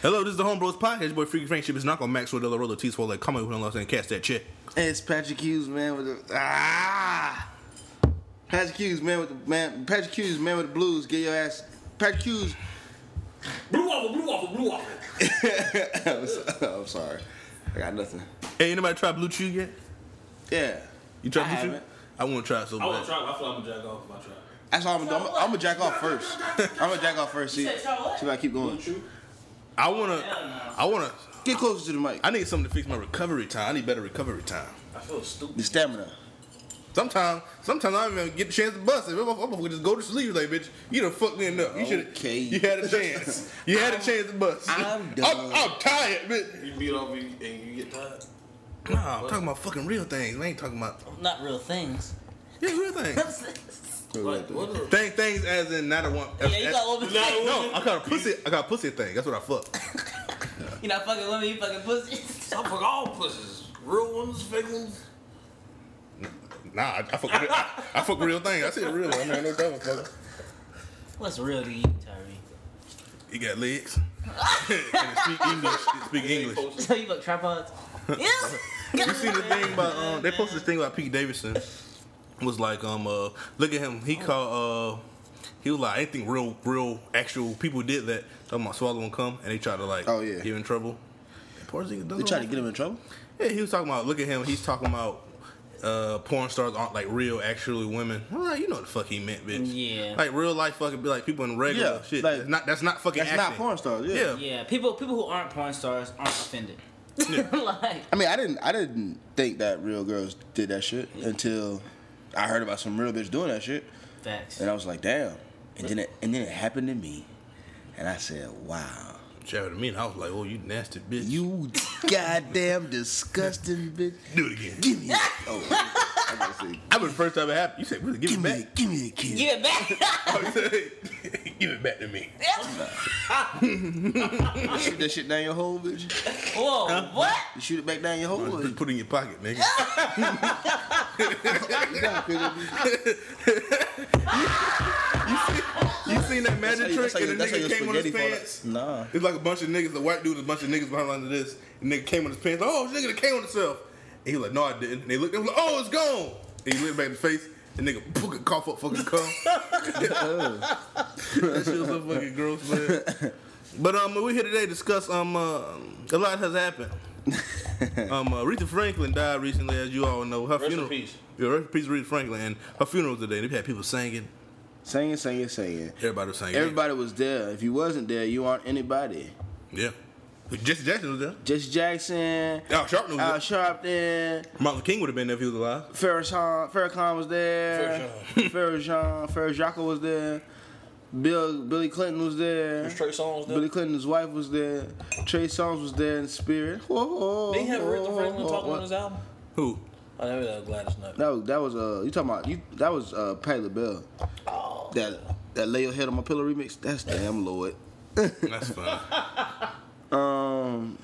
Hello, this is the Homebros Podcast. Your boy Freaky Frank Ship is not gonna max with the roll of teeth for like comment with unless and cast that shit. It's Patrick Hughes, man, with the ah. Patrick Hughes, man, with the man. Patrick Hughes, man, with the blues. Get your ass. Patrick Hughes. Blue waffle, blue waffle, blue waffle. I'm so- I'm sorry. I got nothing. Hey, anybody try Blue Chew yet? Yeah. You try I Blue Chew? haven't. I want to try it so I want bad. to try. it, but I feel like I'm gonna jack off if I try. it. That's all I'm gonna do. I'm, gonna jack off first. I'm gonna jack off first. See, You see said try what? if I keep going. I wanna, I wanna, Get closer to the mic. I need something to fix my recovery time. I need better recovery time. I feel stupid. The stamina. Sometimes, sometimes I don't even get the chance to bust it. I'm gonna just go to sleep. Like, bitch, you done fucked me enough. You should, Okay. you had a chance. You had a chance to bust. I'm I'm, done. I'm tired, bitch. You beat off you, and you get tired. Nah, I'm talking about fucking real things. I ain't talking about Not real things. yeah, real things. Like what? the- Thing, things as in not a one. yeah, you got women. Not a no, I got a pussy. I got a pussy thing. That's what I fuck. You're not fucking women, you fucking pussies. I fuck all pussies, real ones, fake ones. Nah, I, I fuck. Real, I, I fuck real thing. I see a real one. Man, no doubt, fucker. What's real to you, Tyree? He got legs. and it speak English. It speak English. So you fuck tripods? Yes. You seen the thing about um, they posted this thing about Pete Davidson was like um uh look at him he called uh he was like anything real real actual people did that talking about swallowing cum and they tried to like Oh, yeah. get in trouble. Poor thing, They try to get him in trouble. Yeah, he was talking about. Look at him. He's talking about uh, porn stars aren't like real, actually women. I'm like, you know what the fuck he meant, bitch. Yeah. Like real life, fucking be like people in regular Yeah, shit. like- that's not that's not fucking. That's not acting. porn stars, yeah. Yeah, people people who aren't porn stars aren't offended. like I mean, I didn't. I didn't think that real girls did that shit until I heard about some real bitch doing that shit, facts. and I was like, damn. And then it, and then it happened to me, and I said, wow. Shouted at me and I was like, oh, you nasty bitch. You goddamn disgusting bitch. do it again. Give me a oh, I gotta say, I was the first time it happened. You said, really, give, give it me a, back. give me a kiss. Give it back. Oh, you said, give it back to me. You shoot that shit down your hole, bitch. Whoa, what? You shoot it back down your hole. Just bitch. put it in your pocket, nigga. You gotta pick up- you seen that That's how magic trick you- that's how you- and the that's how nigga your came on his spaghetti fall pants? out. Nah. It's like a bunch of niggas, the white dude, a bunch of niggas behind under this, and nigga came on his pants. Oh, this nigga that came on himself. And he was like, no, I didn't. And they looked at him like, oh, it's gone. And he looked back in his face, and nigga fucking cough up fucking cum. that shit was so fucking gross, man. But um, we here today to discuss um, uh, a lot has happened. um, uh, Aretha Franklin died recently, as you all know. Her in funeral. peace. Yeah, rest in peace, Aretha Franklin, and her funeral today. They had people singing. Singing, singing, singing. Everybody was singing. Everybody was there. If you wasn't there, you aren't anybody. Yeah. Jesse Jackson was there. Jesse Jackson, Oh, Al Sharpton was Al there. Sharpton, Martin Luther King would have been there if he was alive. Farrakhan, Farrakhan was there. Farrakhan, Farrakhan was there. Bill, Billy Clinton was there. There's Trey Songz there. Billy Clinton's wife was there. Trey Songz was there in spirit. Whoa, whoa, They have Aretha Franklin whoa, talking whoa. on his album. Who? I never know Gladys Knight. That was that was uh you talking about you that was uh Patti LaBelle. Oh. That that lay your head on my pillow remix. That's damn Lord. That's fine. Um,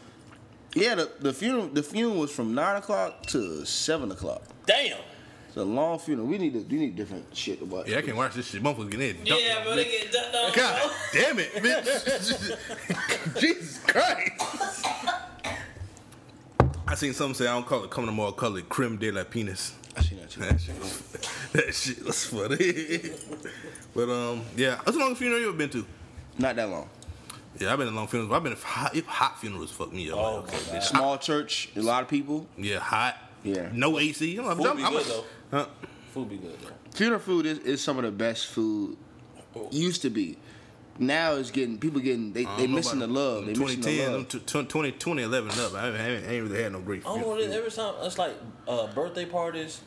yeah, the, the funeral the funeral was from nine o'clock to seven o'clock. Damn. It's a long funeral. We need to we need different shit to watch. yeah, I can't watch this shit. Motherfuckers getting in. Yeah, bro, they get dunked on. God damn it, bitch. Jesus Christ. I seen something say I don't call it coming tomorrow, I call it creme de la penis. I seen that too. That shit was, that shit was funny. but um, yeah, that's the longest funeral you ever been to. Not that long. Yeah, I've been to long funerals. but I've been to hot, hot funerals. Fuck me up. Oh, Like, okay, bitch. Small church, a lot of people. Yeah, hot. Yeah. No AC. I'm, I'm, Food be I'm- good though. Huh? Food be good though. Funeral food is, is some of the best food. Used to be. Now it's getting people getting they I they don't know missing the about love. They missing the 2010, love. them t- 20, 2011 up. I haven't, I haven't, I ain't really had no great. I don't funeral. know. Every time it's like uh, birthday parties,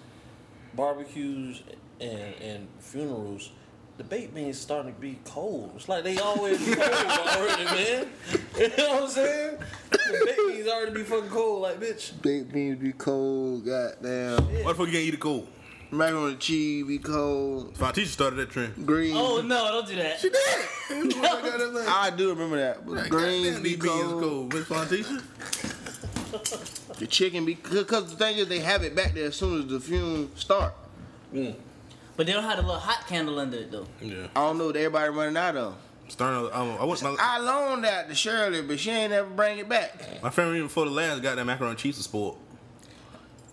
barbecues, and and funerals. The baked beans starting to be cold. It's like they always cold already, man. You know what I'm saying? The baked beans already be fucking cold. Like bitch, Baked beans be cold, goddamn. Why the fuck you can't eat it cold? Macaroni and cheese be cold. My teacher started that trend. Green. Oh no, don't do that. She did. I do remember that. But greens Green be beans cold. cold. Miss Fontisha? The chicken be because the thing is they have it back there as soon as the fume start. But they don't have the little hot candle under it though. Yeah. I don't know what everybody running out of. Stern, I, I went, my, I loaned that to Shirley, but she ain't ever bring it back. my family before the last got that macaroni and cheese was spoiled.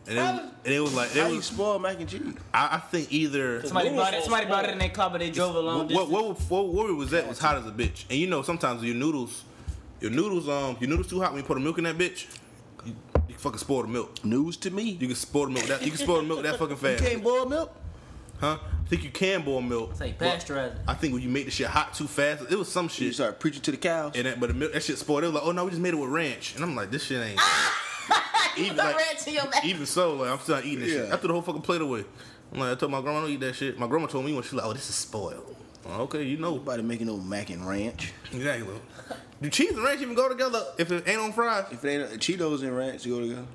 And it, How and it was like, How it you was, spoil mac and cheese? I, I think either Somebody noodles bought it. so Somebody bought it small. in their club, but they drove a long What distance. what what what where we was at was hot as a bitch. And you know sometimes your noodles, your noodles um your noodles too hot when you put the milk in that bitch, you, you can fucking spoil the milk. News to me. You can spoil the milk that you can spoil the milk that fucking You fast. can't boil milk. Huh? I think you can boil milk. It's like but pasteurize it. I think when you make the shit hot too fast, it was some You shit. start preaching to the cows. And that but the milk that shit spoiled. They were like, oh no, we just made it with ranch. And I'm like, this shit ain't even the like- ranch in your back. even so, like I'm still not eating this shit. Yeah. I threw the whole fucking plate away. I'm like, I told my grandma don't eat that shit. My grandma told me when she was like, oh this is spoiled. I'm like, okay, you know. Nobody making no mac and ranch. Exactly. Do cheese and ranch even go together if it ain't on fries? If it ain't Cheetos and ranch go together,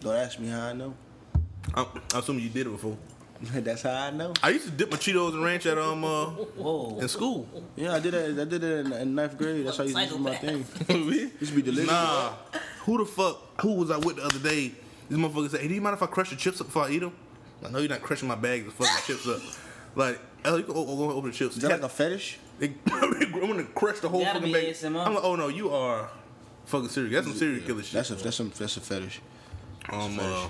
don't ask me how I know. I'm, I'm assuming you did it before. That's how I know. I used to dip my Cheetos and ranch at um uh, Whoa. in school. Yeah, I did that. I did that in, in ninth grade. That's how you used to do my thing. Used to be delicious. nah, who the fuck? Who was I with the other day? This motherfucker said, "Hey, do you mind if I crush the chips up before I eat them?" I know you're not crushing my bag of fucking chips up. Like, oh, you can o- o- open the chips. Is that like a fetish? I'm gonna crush the whole Gotta fucking be bag. ASMR. I'm like, oh no, you are fucking serious. That's some serial killer shit. That's a that's some that's a fetish. um, uh,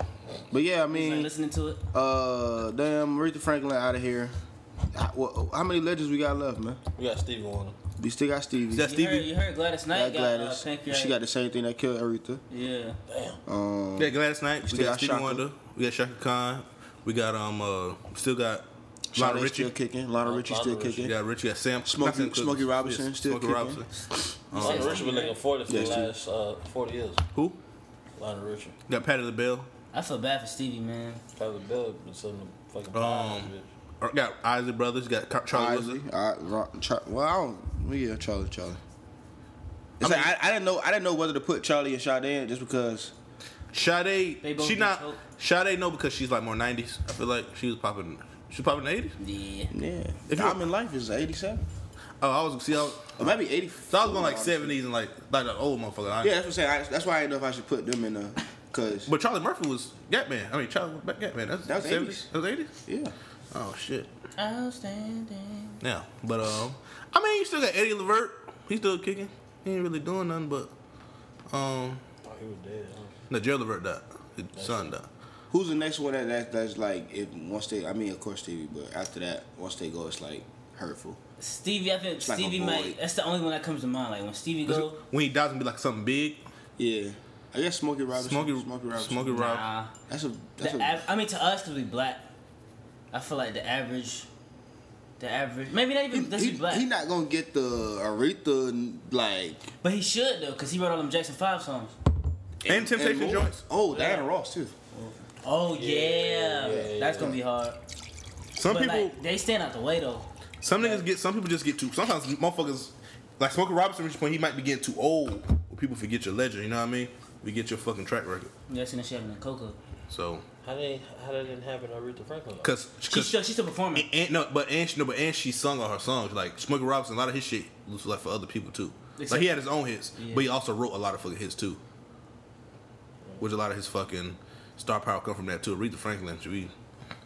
But yeah, I You ain't mean, listening to it. uh, damn, Aretha Franklin out of here. How, wha- how many legends we got left, man? We got Stevie Wonder. We still got Stevie. is that You heard, Stevie? you heard Gladys got Knight got Gladys. uh, pancreatic. she got the same thing that killed Aretha. yeah. Um, Yeah, Gladys Knight. We Still got, got Stevie Shaka. Wonder. We got Shaka Khan. We got um uh still got Lionel Sade's still Richie. kicking. Lionel Uh, Richie Lionel still Richie, We kicking. got Richie. We got Sam. Smokey- not Sam Cooke. Smokey Robinson Yes, still Smokey kicking. Robinson. Lionel Richie been looking forward for the Yeah, Stevie. last uh, 40 years. Who? Lionel Richie. We got Patty LaBelle. I feel bad for Stevie, man. Tyler Bell been selling the fucking pies, Um, bitch. or- Got Isaac Brothers. Got Car- Charlie Isley. Wilson. I, Ro- Char- well, I don't. well, Yeah, Charlie, Charlie. It's I like, I, I didn't know. I didn't know whether to put Charlie and Sade in just because. Sade. They both She need not. help. Sade no because she's like more nineties. I feel like she was popping. She was popping eighties. Yeah. Yeah, If if you- I'm in life is 87 Oh, I was see. I was, or maybe 80. so I was going like seventies and like like an old motherfucker. I- Yeah, that's what I'm saying. I, that's why I didn't know if I should put them in. Uh, Cause But Charlie Murphy was Gatman. I mean Charlie Gatman. That's That was 70s. 80s. That was eighties. yeah, Oh shit. Outstanding. Yeah, but um, I mean, you still got Eddie Levert. He's still kicking. He ain't really doing nothing, but um, Oh, he was dead, huh? no, Gerald Levert died. His son died. who's the next one that, that that's like if once they? I mean, of course Stevie, but after that, once they go, it's like hurtful. Stevie, I think like a Stevie void. might. That's the only one that comes to mind. Like when Stevie go, When he dies, gonna be like something big. Yeah, I guess Smokey Robinson. Smokey, Smokey Robinson. Smokey Robinson. nah. That's a that's The a av- I mean, to us, because we black, I feel like the average, the average, maybe not even that's he, he, black, he not gonna get the Aretha like but he should though, because he wrote all them Jackson Five songs. And Temptation more. joints. Oh, Diana Ross too. Oh yeah, yeah, that's yeah. gonna be hard. Some but people, like, they stand out the way though. some niggas get. Some people just get too. Sometimes motherfuckers, like Smokey Robinson, reached a point he might be getting too old. Where people forget your legend. You know what I mean? We get your fucking track record. Yeah, I seen that shit happening in Coco. So, How did how that didn't happen to Aretha Franklin? though? cause, She's 'cause- still, she's still performing. and, and- no, but and she, no, but and she sung all her songs. Like Smokey Robinson, a lot of his shit was like for other people too. like Except- he had his own hits, Yeah. but he also wrote a lot of fucking hits too. Which a lot of his fucking star power come from that too. Aretha Franklin, should we,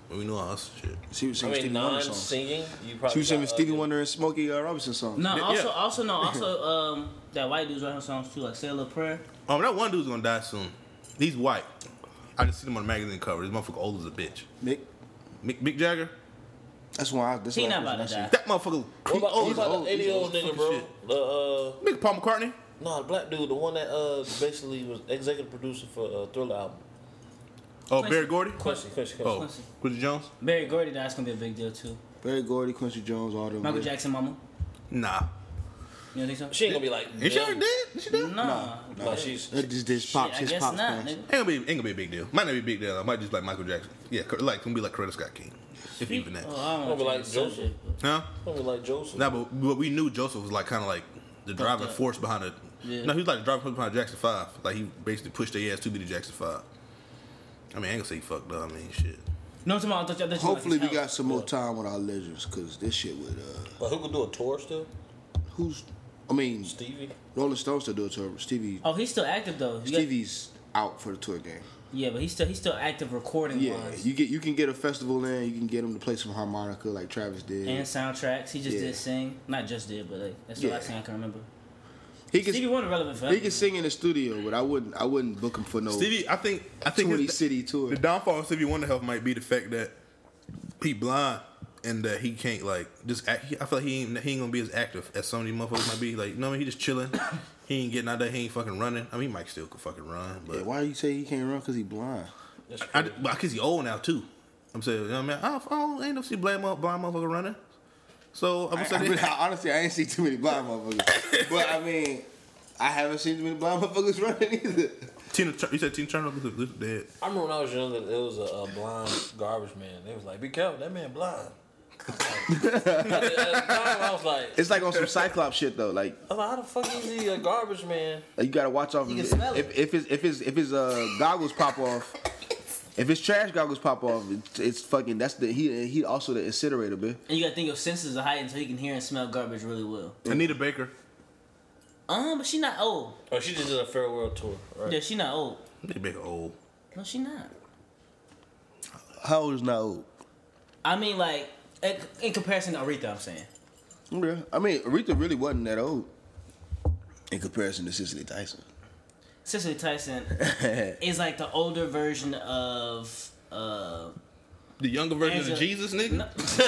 we know all us shit. She was I singing mean, Stevie Wonder non songs. singing, you probably. She was singing got, uh, Stevie Wonder and Smokey uh, Robinson songs. No, Yeah. also, also no, also um, that white dude's writing songs too, like "Say a Little Prayer." Um, that one dude's gonna die soon. He's white. I just seen him on the magazine cover. This motherfucker old as a bitch. Nick, Mick, Mick Jagger. that's why. I, that's He why I not about first to mentioned die. That motherfucker. What about, old what as about old. the 80 year old nigga, fucking bro? shit. The uh, Nigga Paul McCartney. no, the black dude, the one that uh basically was executive producer for uh, Thriller album. Oh, Barry Gordy. Quincy, Quincy, Quincy. Oh, Quincy Jones. Barry Gordy dies gonna be a big deal too. Barry Gordy, Quincy Jones, all them. Michael yeah. Jackson, mama, Nah. you know think so? She ain't gonna be like. Is she them. already dead? Is she dead? No, Like she's That just did Shit, pops. I his guess pops not. fans. Nigga. Ain't gonna be ain't gonna be a big deal. Might not be a big deal. I might just like Michael Jackson. Yeah, cor- like gonna be like Coretta Scott King, if even that. Oh, I don't Don't be wanna like change the Joseph. subject, but- Huh? gonna be like Joseph. Nah, but, but we knew Joseph was like kind of like the driving up. force behind it. Yeah. No, he was like the driving force behind Jackson Five. Like he basically pushed their ass to be the Jackson Five. I mean, I ain't gonna say he fucked up. I mean, shit. No, tomorrow. I thought you- I thought you were Hopefully, like we his got house. some more time with our legends, cause this shit with uh, but who could do a tour still? who's, I mean, Stevie. Rolling Stones to do it to her. Stevie. Oh, he's Oh, still active though. You got- Stevie's out for the tour game. Yeah, but he's still he's still active recording Yeah, wise you get you can get a festival in. You can get them to play some harmonica like Travis did. and soundtracks. He just Yeah. did sing, not just did, but like that's the Yeah. last thing I can remember. he can Stevie Wonder relevant forever. he can sing in the studio, but I wouldn't I wouldn't book him for no Stevie, I think I think twenty his- city tour. the downfall of Stevie Wonder Health might be the fact that he blind and that he can't like just act, he- I feel like he ain't, he ain't gonna be as active as some of these motherfuckers might be. Like, you know what I mean? He just chilling. He ain't getting out there. He ain't fucking running. I mean, he might still could fucking run, but Yeah, why you say he can't run? Cause he blind. That's I, crazy. but cause he old now too. I'm saying, you know what I mean? I, don't- I don't, ain't no see blind, mo- blind motherfucker running. So I'm I, saying, I mean, I- honestly, I ain't seen too many blind motherfuckers. but I mean, I haven't seen too many blind motherfuckers running either. Tina, Tur- you said Tina Turner was was dead. I remember when I was younger, there was a, a blind garbage man. They was like, "Be careful, that man blind." At the time, I was like, It's like on some Cyclops shit though. Like I'm like, "How the fuck is he a uh, garbage man?" Like, you gotta watch off. You can if, smell it. if, if his if his if his uh, goggles pop off, if his trash goggles pop off, it's, it's fucking. That's the he he also the incinerator, man. and you gotta think your senses are heightened so he can hear and smell garbage really well. Anita Baker. Um, but she not old. Oh, she just did a farewell tour, right? Yeah, she not old. Anita Baker old. No, she not. How old is not old? I mean, like in, in comparison to Aretha, I'm saying. Yeah, I mean Aretha really wasn't that old in comparison to Cicely Tyson. Cicely Tyson is like the older version of. Uh, The younger version Angela- of Jesus, nigga. No. That's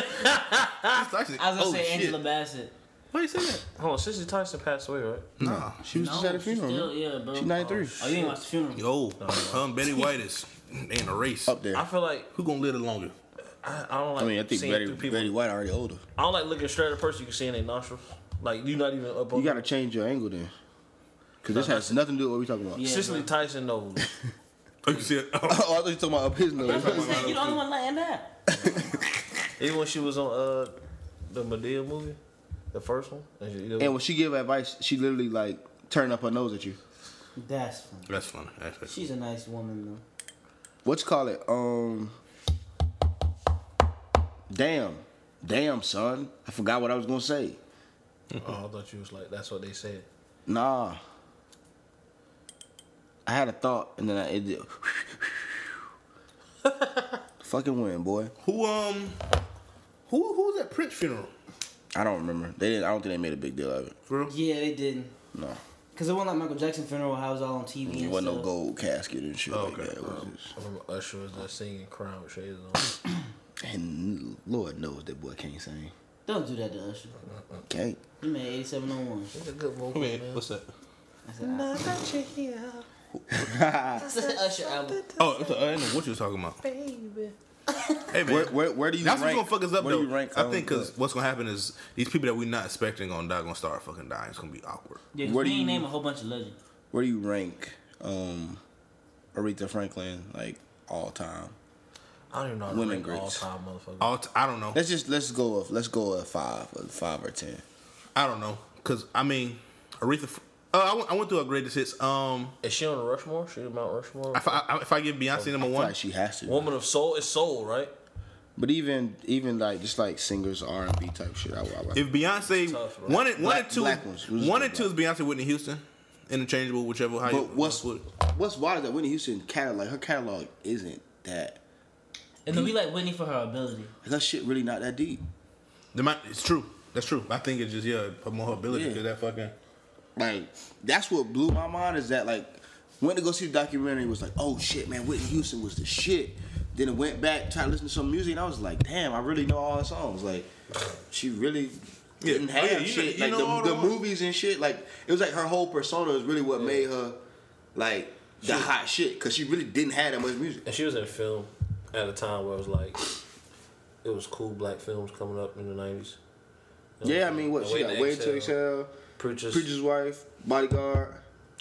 actually- I was gonna oh, say shit. Angela Bassett. Why you say that? Hold on, Sissy Tyson passed away, right? Nah. She was just at a Oh, she's funeral. still- man. yeah, bro. She's 93. Oh, you ain't watched the funeral. Yo, um, Betty White is in a race. Up there. I feel like Who gonna live the longer? I, I don't like I mean, I think seeing Betty, through people. Betty White already older. I don't like looking straight at a person you can see in their nostrils. Like you're not even up. You gotta change your angle then, because this Uh-huh. has nothing to do with what we talking about. Yeah. Cicely bro. Tyson knows. Oh, you see it? oh, I thought you were talking about up his nose. That's what I'm saying. You're the only one letting that. Even when she was on uh the Medea movie, the first one, and, she, and when she give advice, she literally like turn up her nose at you. That's funny. That's funny. Actually. She's a nice woman though. what's call it? Um, damn, damn, son, I forgot what I was gonna say. oh, I thought you was like that's what they said. Nah, I had a thought and then I it, did- fucking win, boy. Who um, who who was at Prince funeral? I don't remember. They didn't. I don't think they made a big deal of it. For real? Yeah, they didn't. No, Cause it wasn't like Michael Jackson funeral. How it was all on TV. it and wasn't no stuff. gold casket and shit Oh, like okay. that. It was just- I remember Usher was there singing "Crown with Shades on." and Lord knows that boy can't sing. Don't do that to Usher. Can't. You made 8701. It's a good vocal, Who made- man. What's that? I said, I- I said Usher album. Oh, it's a, I didn't know what you was talking about. Baby. Hey man. Where, where, where do you? that's rank, what's gonna fuck us up where though. Do you rank, I um, think because what's gonna happen is these people that we're not expecting gonna die gonna start fucking dying. It's gonna be awkward. Yeah, 'cause Where we do ain't you- name a whole bunch of legends. Where do you rank um, Aretha Franklin like all time? I don't even know. How to Women rank all greats. time, motherfucker. All t- I don't know. Let's just let's go with let's go with five, or five or ten. I don't know because I mean Aretha. Uh, I, went, I went through a greatest hits. Um, Is she on the Rushmore? She on Mount Rushmore? if I, I- if I give Beyonce number Oh, I feel one, like she has to. Woman of Soul is Soul, right? But even even like just like singers R and B type shit, I, I like. If Beyonce Tough, right? one and one Black- and two, black ones. We'll just one go and two is Beyonce Whitney Houston, interchangeable, whichever. How you, but what's what- what's wild is that Whitney Houston catalog like her catalog isn't that And then we like Whitney for her ability. like her shit really not that deep. the amount- It's true. That's true. I think it's just yeah, more her ability Yeah. because that fucking. Like that's what blew my mind is that like went to go see the documentary was like oh shit man Whitney Houston was the shit. Then it went back tried to listen to some music and I was like damn I really know all her songs like she really Yeah. didn't Oh, have yeah, you shit know- you like know all the, the the ones. movies and shit like it was like her whole persona is really what made her like the hot shit because she really didn't have that much music. And she was in film at a time where it was like it was cool black films coming up in the nineties. Yeah, I mean what she got way to excel, Preachers. preacher's wife, bodyguard.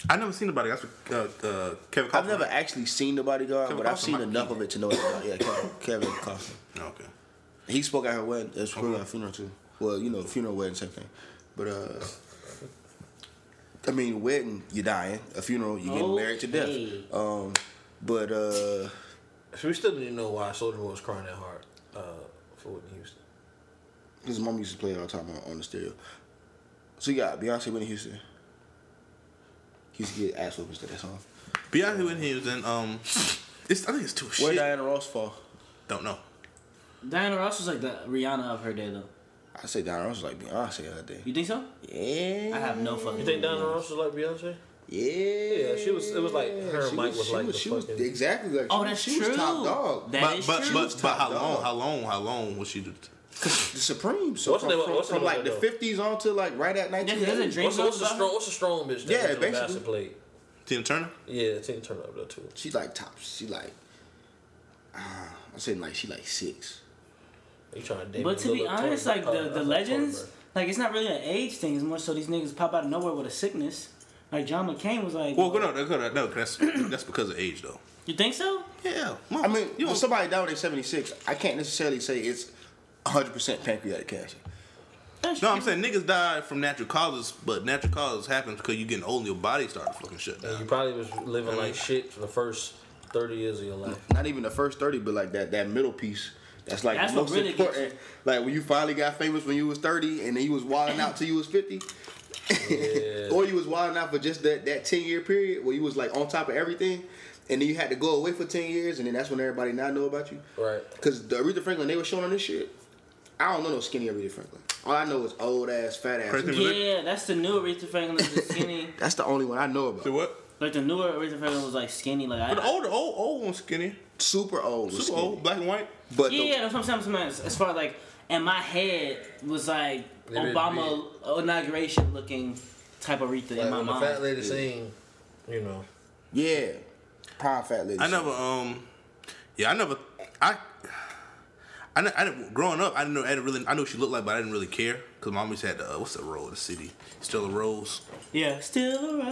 I never seen nobody. That's what, uh, uh, Kevin. I've Costner. never actually seen the bodyguard, Kevin but I've Costner seen might be enough of it to know it's about yeah Kevin, Kevin Costner. Okay. He spoke at her wedding. It's her funeral too. Well, you know, funeral, wedding, same thing. But uh, I mean, wedding, you're dying. A funeral, you're getting married to Okay. death. Um, but uh, So we still didn't know why Soldier Boy was crying that hard uh, for Whitney Houston. his mom used to play it all the time on, on the stereo. So you got Beyonce, Whitney Houston. He used to get ass whoopings to that song. Beyonce when he was in um, it's I think it's too Where shit. Diana Ross fall? Don't know. Diana Ross was like the Rihanna of her day, though. I say Diana Ross was like Beyonce the other day. You think so? Yeah. I have no fucking. You think Diana idea. Ross was like Beyonce? Yeah. Yeah, she was- it was like her She mic was like she the she was fucking- exactly like. Oh, she, that's she true. was top dog. That But is but true. but, but how Top long? dog. How long? How long was she? The Supreme. So What's from, the name- from, what's the from name like of the it, though? fifties on to like right at yeah, nineteen. 'cause there's a dream What's, song what's the about her. strong? What's the strong bitch? That Yeah, Angela Bassett basically. played. Tina Turner. Yeah, Tina Turner up there too. She like top. She like. ah, I'm saying like she like six. You trying to date But to be honest, like the, the legends, like it's not really an age thing. It's more so these niggas pop out of nowhere with a sickness. Like John McCain was like, Well, no, no, no, no. That's that's because of age though. you think so? Yeah. I mean, you when don't- somebody died at seventy six, I can't necessarily say it's hundred percent pancreatic cancer. That's No, true. I'm saying niggas die from natural causes, but natural causes happen because you getting older, your body started fucking shut you down. probably was living like shit for the first thirty years of your life. Not even the first thirty, but like that that middle piece. That's like That's the what most really gets important. Like when you finally got famous when you was thirty, and then you was wilding out till you was fifty. Yeah. or you was wilding out for just that that ten year period where you was like on top of everything, and then you had to go away for ten years, and then that's when everybody now know about you. Right. Because the Aretha Franklin they were showing on this shit. I don't know no skinny Aretha Franklin. All I know is old ass, fat ass. Crazy. Yeah, that's the new Aretha Franklin was the skinny. That's the only one I know about. So what? like the newer Aretha Franklin was like skinny. Like I, But the older, old, old one's skinny, Super old. was super old, skinny. black and white. But yeah, the- yeah, that's what I'm saying. As- As far as like, and my head was like Leave it Obama inauguration looking type of Aretha in Like my when the fat mind. lady sing, you know. yeah, prime fat lady. I never, um, yeah, I never, I, I, ne- I didn't, growing up, I didn't know, I didn't really, I knew what she looked like, but I didn't really care because mom always had the, uh, what's the road, the city, Stella Rose. Yeah, still She used to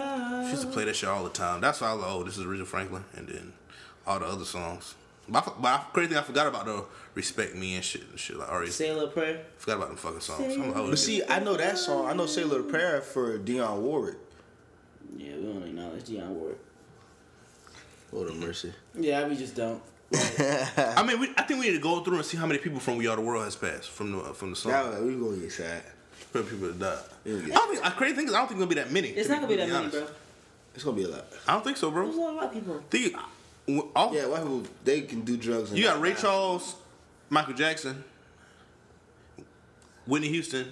around. play that shit all the time. That's why I was like, oh, this is Aretha Franklin, and then all the other songs. But, I, fo- but I, crazy, thing, I forgot about the respect me and shit and shit. Like, already Say a little prayer. forgot about them fucking songs. I'm like, oh, But see, I know that song. I know "Say a Little Prayer" for Dionne Warwick. Yeah, we don't acknowledge Dionne Ward. Lord of mercy. Yeah, we just don't. I mean, we, I think we need to go through and see how many people from We Are the World has passed from the from the song. Now we gonna get sad. From people that died. Yeah. I don't think. I crazy thing is, I don't think it's gonna be that many. It's not gonna be that many, completely bro. honest. It's gonna be a lot. I don't think so, There's a bro. lot of white people. Think, w- all, Yeah, white people they can do drugs. And You got Ray Charles, Michael Jackson, Whitney Houston.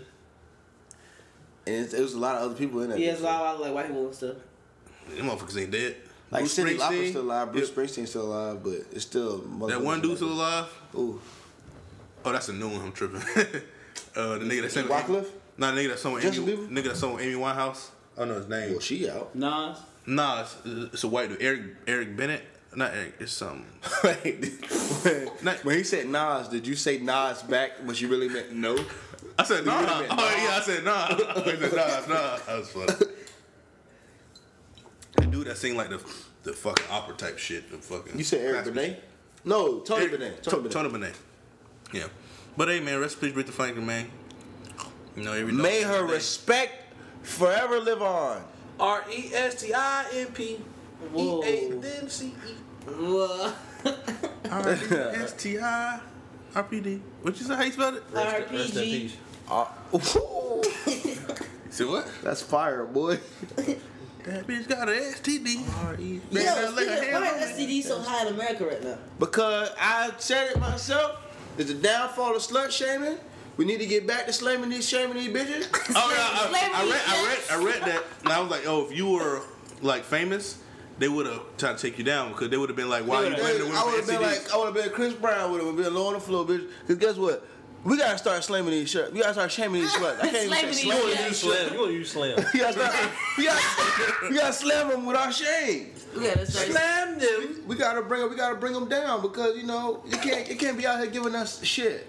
And it's, it was a lot of other people in there. Yeah, there's a lot of like white people and stuff. Them motherfuckers ain't dead. Like Bruce Cindy Springsteen. Lauper's still alive. Bruce Yeah. Springsteen's still alive, but it's still That one dude still alive. Ooh, Oh, that's a new one. I'm tripping. uh, the nigga that sang. Wycliffe? No, the nigga that sung with Amy. Justin Bieber? Nigga that sung with Amy Winehouse. I don't know his name. well she out. Nas. Nah, it's, it's a white dude. Eric Eric Bennett. Not Eric. It's something. when, when he said Nas, did you say Nas back? What you really meant no? I said nah. You would've been, Oh yeah, I said nah. I said nah, nah. That was funny. the dude that sing like the the fucking opera type shit. The fucking You said Eric classic Benet? shit. No, Tony Eric- Benet. Tony Tony Tony Benet. Benet. Yeah, but hey man, rest in peace, Aretha Franklin, man. You know, every dog May has her a day. respect forever live on. R E S T I N P E Whoa. A N C E. Whoa. STI RPD. What you say? How you spelled it? Rest in RPG. peace. Uh, ooh, Say what? that's fire, boy. That bitch got an STD. Yo, E Man, that lick her nigga, hand why on is STD so high in America right now? Because I said it myself. It's a downfall of slut shaming. We need to get back to slamming these shaming these bitches. Oh yeah, I, I read, I read, I read that, and I was like, oh, if you were like famous, they would have tried to take you down because they would have been like, why are you Yeah, blaming the women I would have for been STDs? like, I would have been Chris Brown would have been low on the floor, bitch. Cause guess what? We gotta start slamming these shirts. We gotta start shaming these sluts. I can't even Slamming say these slam. You gonna use slam? You gonna use slam? We gotta, start, we, gotta, we gotta slam them with our shame. Yeah, that's right. Slam them. We gotta bring, we gotta bring them down because you know you can't, you can't be out here giving us shit.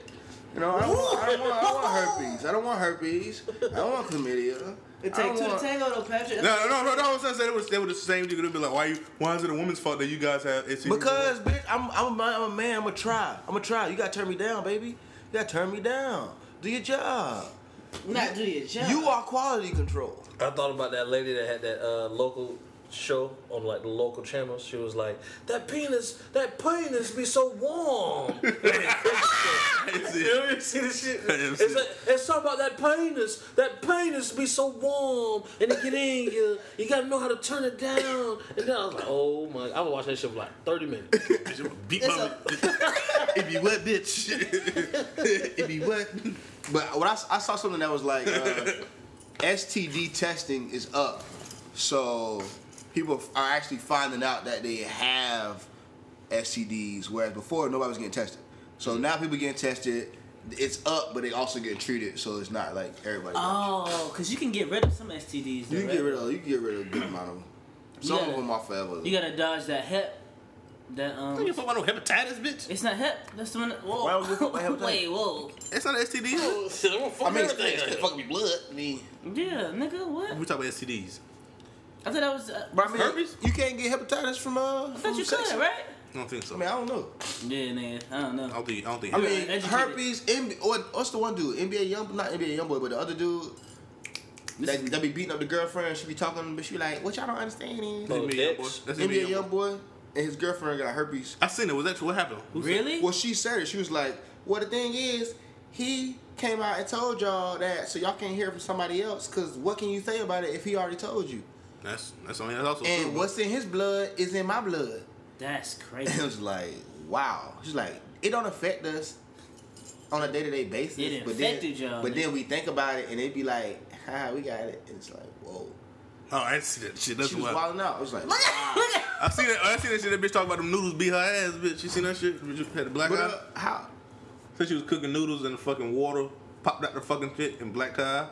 You know, I don't, want, I don't want, I don't want herpes. I don't want herpes. I don't want chlamydia. It I don't takes two to want- tango, though, Patrick. No, no, no, no, no. I'm saying they was, they were the same. You're gonna be like, why you? Why is it a woman's fault that you guys have STDs? Because bitch, I'm I'm a, I'm a man. I'm a try. I'm a try. You gotta turn me down, baby. You gotta turn me down. Do your job. Not do your job. You are quality control. I thought about that lady that had that uh, local show on like the local channel. She was like, "That penis, that penis be so warm." You It's- ever see this shit? I have It's, seen like, it's something about that penis. That penis be so warm and it get in you. You gotta know how to turn it down. And then I was like, oh my! I was watching that shit for like thirty minutes. Beat my. It be what, bitch? It be what? But when I, I saw something that was like uh, STD testing is up, so people are actually finding out that they have STDs, whereas before nobody was getting tested. So now people getting tested. It's up, but they also getting treated, so it's not like everybody. Oh, because you can get rid of some STDs. Though, you can right? get rid of you can get rid of a good amount of them. Some gotta- of them are forever. You gotta dodge that hep. That I don't um. give a fuck about no hepatitis, bitch. It's not hep. That's the one. That, whoa. Why would you fuck my hepatitis? Wait, whoa. It's not an STD. I mean, it's, it's, it's fucking me blood. I mean, Yeah, nigga. What? We talk about STDs. I thought that was. Uh, but I mean, Herpes? you can't get hepatitis from uh. I from thought you sex. could, right? I don't think so. I mean, I don't know. Yeah, nigga. I don't I know. Oh, don't think. I don't think. I it- mean, Educated. herpes. NBA, or, what's the one dude? NBA young, not NBA young boy, but the other dude that, that be beating up the girlfriend. She be talking, but she be like, "What y'all don't understand is that's Oh, NBA young boy. dicks. That's NBA NBA young Youngboy. boy and his girlfriend got herpes." I seen it. Was that what happened? Who said- Really? Well, she said it. She was like, "Well, the thing is, he came out and told y'all that, so y'all can't hear it from somebody else. Cause what can you say about it if he already told you? That's that's only that's also true. And bro. what's in his blood is in my blood." That's And it crazy. was like, "Wow." She's like, "It don't affect us." On a day-to-day basis, It but then, affected y'all, but nigga. then we think about it, and they be like, "Ha, we got it," and it's like, "Whoa!" Oh, I see that shit. That's she was why. wilding out. I was like, I seen that. I seen that shit. That bitch talking about them noodles beat her ass, bitch. You seen that shit? Bitch had the black eye. "Bruh, uh, how?" Since she was cooking noodles in the fucking water, popped out the fucking shit and black tie.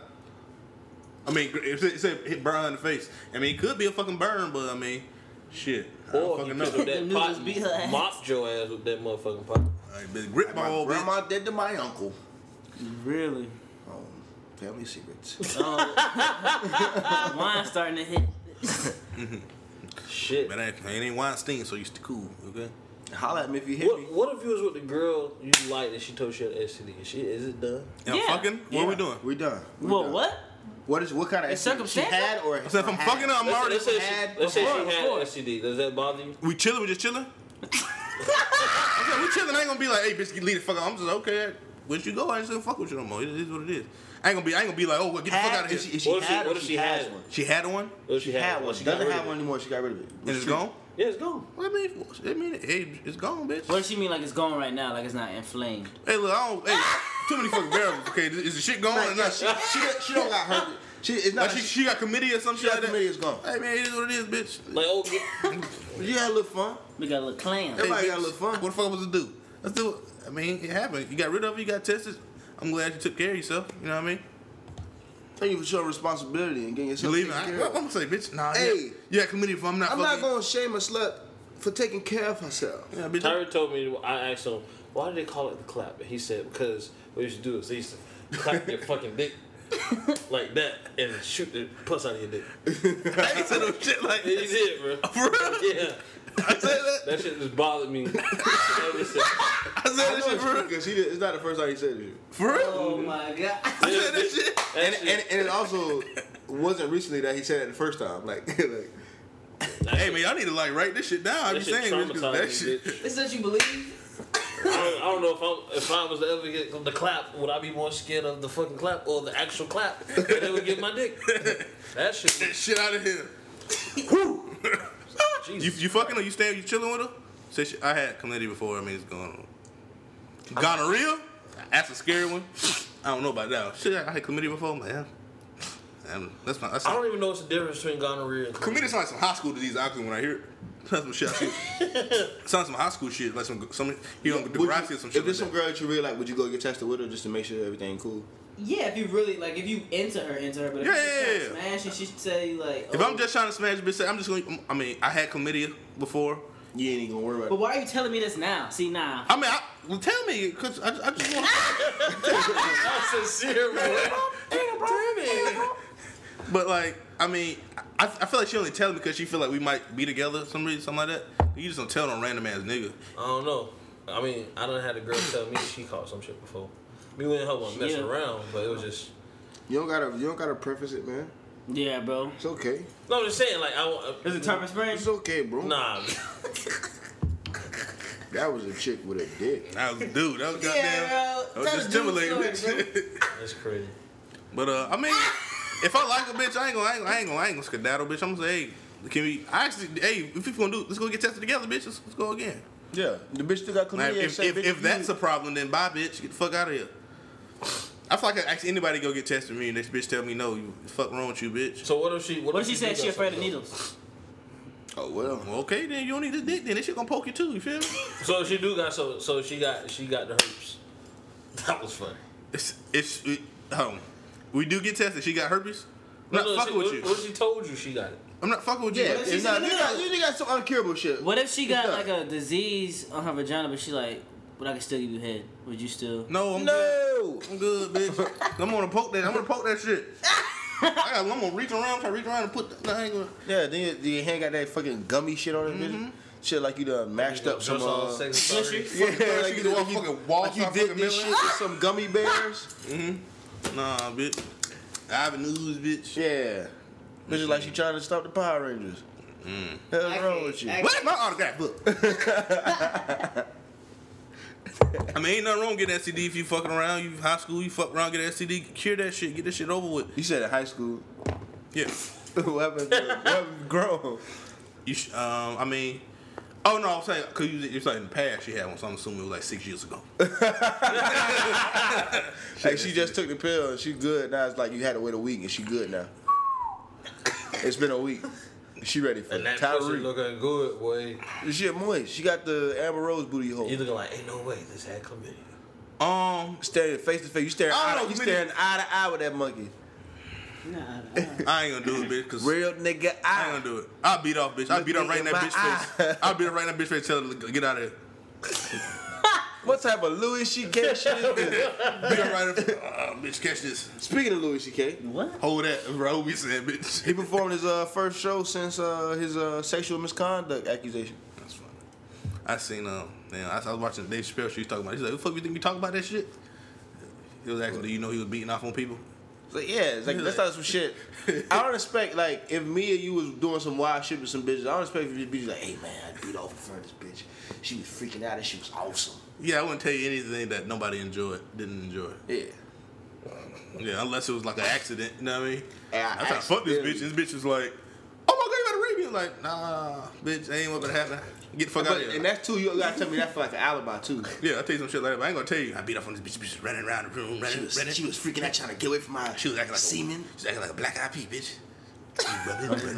I mean, gr- it said, it said hit burn in the face. I mean, it could be a fucking burn, but I mean, shit. I don't Or you fucking picked up know. that Noodles pot, beat her ass. and mopped your ass with that motherfucking pot. Like, bitch, grip My ball, bitch. grandma did to my uncle. really? Um, family secrets. Oh. Wine's starting to hit. Shit. But that- it ain't Weinstein, so you stay cool, okay? Holla at me if you hit me. What, what if you was with the girl you liked and she told you she had STD? Is, she, is it done? And Yeah. fucking, what are we doing? We done. We Whoa, done. what? What is what kind of It's STD she circumstantial? had or? I said, if I'm had? fucking up, I'm Let's- already. let's say had she, let's say she before, had before. STD. Does that bother you? We chilling, we just chilling. I said, we chilling. I ain't gonna be like, hey, bitch, leave the fuck out. I'm just okay. Where'd you go? I ain't gonna fuck with you no more. It is what it is. I ain't gonna be. I ain't gonna be like, oh, well, get the fuck out Had- of here. If she, if she What if she- had, what or if she, she has had one. one? she had one Or She had one. She got doesn't rid have of one it? anymore. She got rid of it. and it's gone. Yeah, it's gone. What I mean, I mean, hey, it's gone, bitch. What does she mean like it's gone right now? Like it's not inflamed? Hey, look, I don't. Hey, too many fucking variables. Okay, is the shit gone Like, or yeah, not? she, she, don't- she don't got herpes. She it's not. Like, Like she, she got committee or some she shit got like chlamydia, that. it's gone. Hey man, it is what it is, bitch. Like, oh, get, You had a little fun. We got a little clam. Hey, Everybody bitch, got a little fun. What the fuck was to do? Let's do it. I mean, it happened. You got rid of it. You got tested. I'm glad you took care of yourself. You know what I mean? Thank you for showing responsibility and getting yourself Believe me. taken I, care am of. gonna say, bitch. Nah. yeah, Hey. you got committee if I'm not. I'm fucking, not gonna shame a slut for taking care of herself. Yeah, bitch. Tyree told me, I asked him, why do they call it the clap? And he said, because what you should do is they used to clap your fucking dick like that and shoot the puss out of your dick. I ain't said no shit like And he that. did, bro. For real? Yeah. I said that. That shit just bothered me. Ever since. I said that shit for real. because he did, it's not the first time he said it. For real. Oh my god. I said that shit. That And, shit- and and it also wasn't recently that he said it the first time. Like, like that Hey shit- man, y'all need to like write this shit down. I be Oh. that shit saying bitch, 'cause traumatized that me, shit. bitch. It's that you believe? I don't, I don't know if I if I was to ever get the clap, would I be more scared of the fucking clap or the actual clap that they would give my dick? That shit, Get shit out of here. You, Jesus. you fucking or you staying? You chilling with her? Say shit. I had chlamydia before. I mean, it's gone. Gonorrhea? That's a scary one. I don't know about that. Shit, I had chlamydia before. I'm like, yeah. Damn, that's not. That's I not don't even know what's the difference between gonorrhea and chlamydia sounds like some high school disease. Actually, when I hear it, sounds some shit. I see. sounds some high school shit. Like some some he on the would garage you, or some shit. if Like there's some that. girl that you really like, would you go get tested with her just to make sure everything cool? Yeah, if you really like, if you into her, into her, but if Yeah, you yeah, just tryna smash and she tell you like, If oh, I'm just trying to smash, bitch, say, I'm just going. to I mean, I had chlamydia before. You ain't even gonna worry but about it. why are you telling me this now? See now, I mean, I, well, tell me, cause I, I just want. I'm sincere, bro. But like, I mean, I, I feel like she only tell me because she feel like we might be together for some reason, something like that. You just don't tell no random ass nigga. I don't know. I mean, I done had a girl tell me she caught some shit before. Me and her was messing Yeah. around, but it was just You don't gotta you don't gotta preface it, man. Yeah, bro. It's okay. No, I'm just saying, like, I want. Is it Turpin Springs? It's okay, bro. Nah. That was a chick with a dick. That was dude. That was goddamn. Yeah, that bro. was Tell just the dude stimulating, story, bitch. That's crazy. but uh, I mean, if I like a bitch, I ain't gonna, I ain't gonna, I ain't gonna, I ain't gonna skedaddle, bitch. I'm gonna say, hey, can we? I actually, hey, if you gonna do, let's go get tested together, bitch. Let's, let's go again. Yeah, the bitch still got Like, chlamydia. if, if, if that's a problem, then bye, bitch. Get the fuck out of here. I feel like I ask anybody to go get tested me, and this bitch tell me no. You the fuck wrong with you, bitch. So what if she? What, What if if she do said got she afraid of something, though? needles? oh well, Well, okay, then you don't need this dick. Then this shit gonna poke you too. You feel me? So she do got so so she got she got the herpes. That was funny. It's it's it, um, we do get tested. She got herpes. I'm No, not no, fucking she, with what, you. what she told you she got it. I'm not fucking with you. yeah. Like, If not, you got you got some uncurable shit. What if she got Yeah. like a disease on her vagina, but she like, but I can still give you head? Would you still? No, I'm good. No. I'm good, bitch. I'm gonna poke that. I'm gonna poke that shit. I got, I'm gonna reach around, try to reach around and put. The, no, I ain't gonna. Yeah, then your, then your hand got that fucking gummy shit on it, bitch. Shit like you done mashed up some. Just all Uh, sex and yeah, sorry. Fucking like you, thirsty, like you, fucking wall like you top did fucking this shit melon. with some gummy bears. Nah, bitch. Avenues, bitch. Yeah. Bitch, is like she trying to stop the Power Rangers. Mm-hmm. What's wrong with you? I- Where's my autograph book? I mean, ain't nothing wrong with getting STD if you fucking around. You high school, you fuck around, get STD, cure that shit, get this shit over with. You said in high school. Yeah. what happened? to- What happened to grown? You sh- um, I mean, oh no, I'm saying because you you're saying in the past you had one, so I'm assuming it was like six years ago. Like she just took the pill and she good now. It's like you had to wait a week and she good now. It's been a week. She ready for And it. that pussy Tyree. looking good, boy. She moist. She got the Amber Rose booty hole. You looking like ain't no way this had chlamydia. Um, Staring face to face. You staring, I don't eye, know, you man. staring eye to eye with that monkey. Nah. nah. I ain't gonna do it, bitch. Because Real nigga I ain't eye. gonna do it. I'll beat off, bitch. I'll Look beat off right in in that my bitch face. I'll beat off right in that bitch face. Tell her to get out of here. What type of Louis she shit is this? Beat her right in. Uh, bitch, catch this. Speaking of Louis C.K., What? Hold that, bro. We said, bitch. he performed his uh, first show since uh, his uh, sexual misconduct accusation. That's funny. I seen um, man. I, I was watching Dave Chappelle. She was talking about. He's like, "Who the fuck you think we talk about that shit?" He was asking, "Do you know he was beating off on people?" So yeah, it's like that's not some shit. I don't expect like if me and you was doing some wild shit with some bitches, I don't expect you to be like, hey man, I beat off in front of this bitch. She was freaking out and she was awesome. Yeah, I wouldn't tell you anything that nobody enjoyed, didn't enjoy. Yeah. Yeah, unless it was like an accident. You know what I mean? Yeah, I tried to fuck this bitch. accidentally. This bitch was like, "Oh my god, you about to rape me?" I'm like, nah, bitch, ain't what gonna happen. Get the fuck out But, of here. and that's too. You gotta tell me that for like an alibi too. yeah, I tell you some shit like that. But I ain't gonna tell you. I beat up on this bitch. Bitch was running around the room, She running, was, running. she was freaking out trying to get away from my She was acting like A, semen. she was acting like a black eyed pea, bitch. She rubbing, rubbing,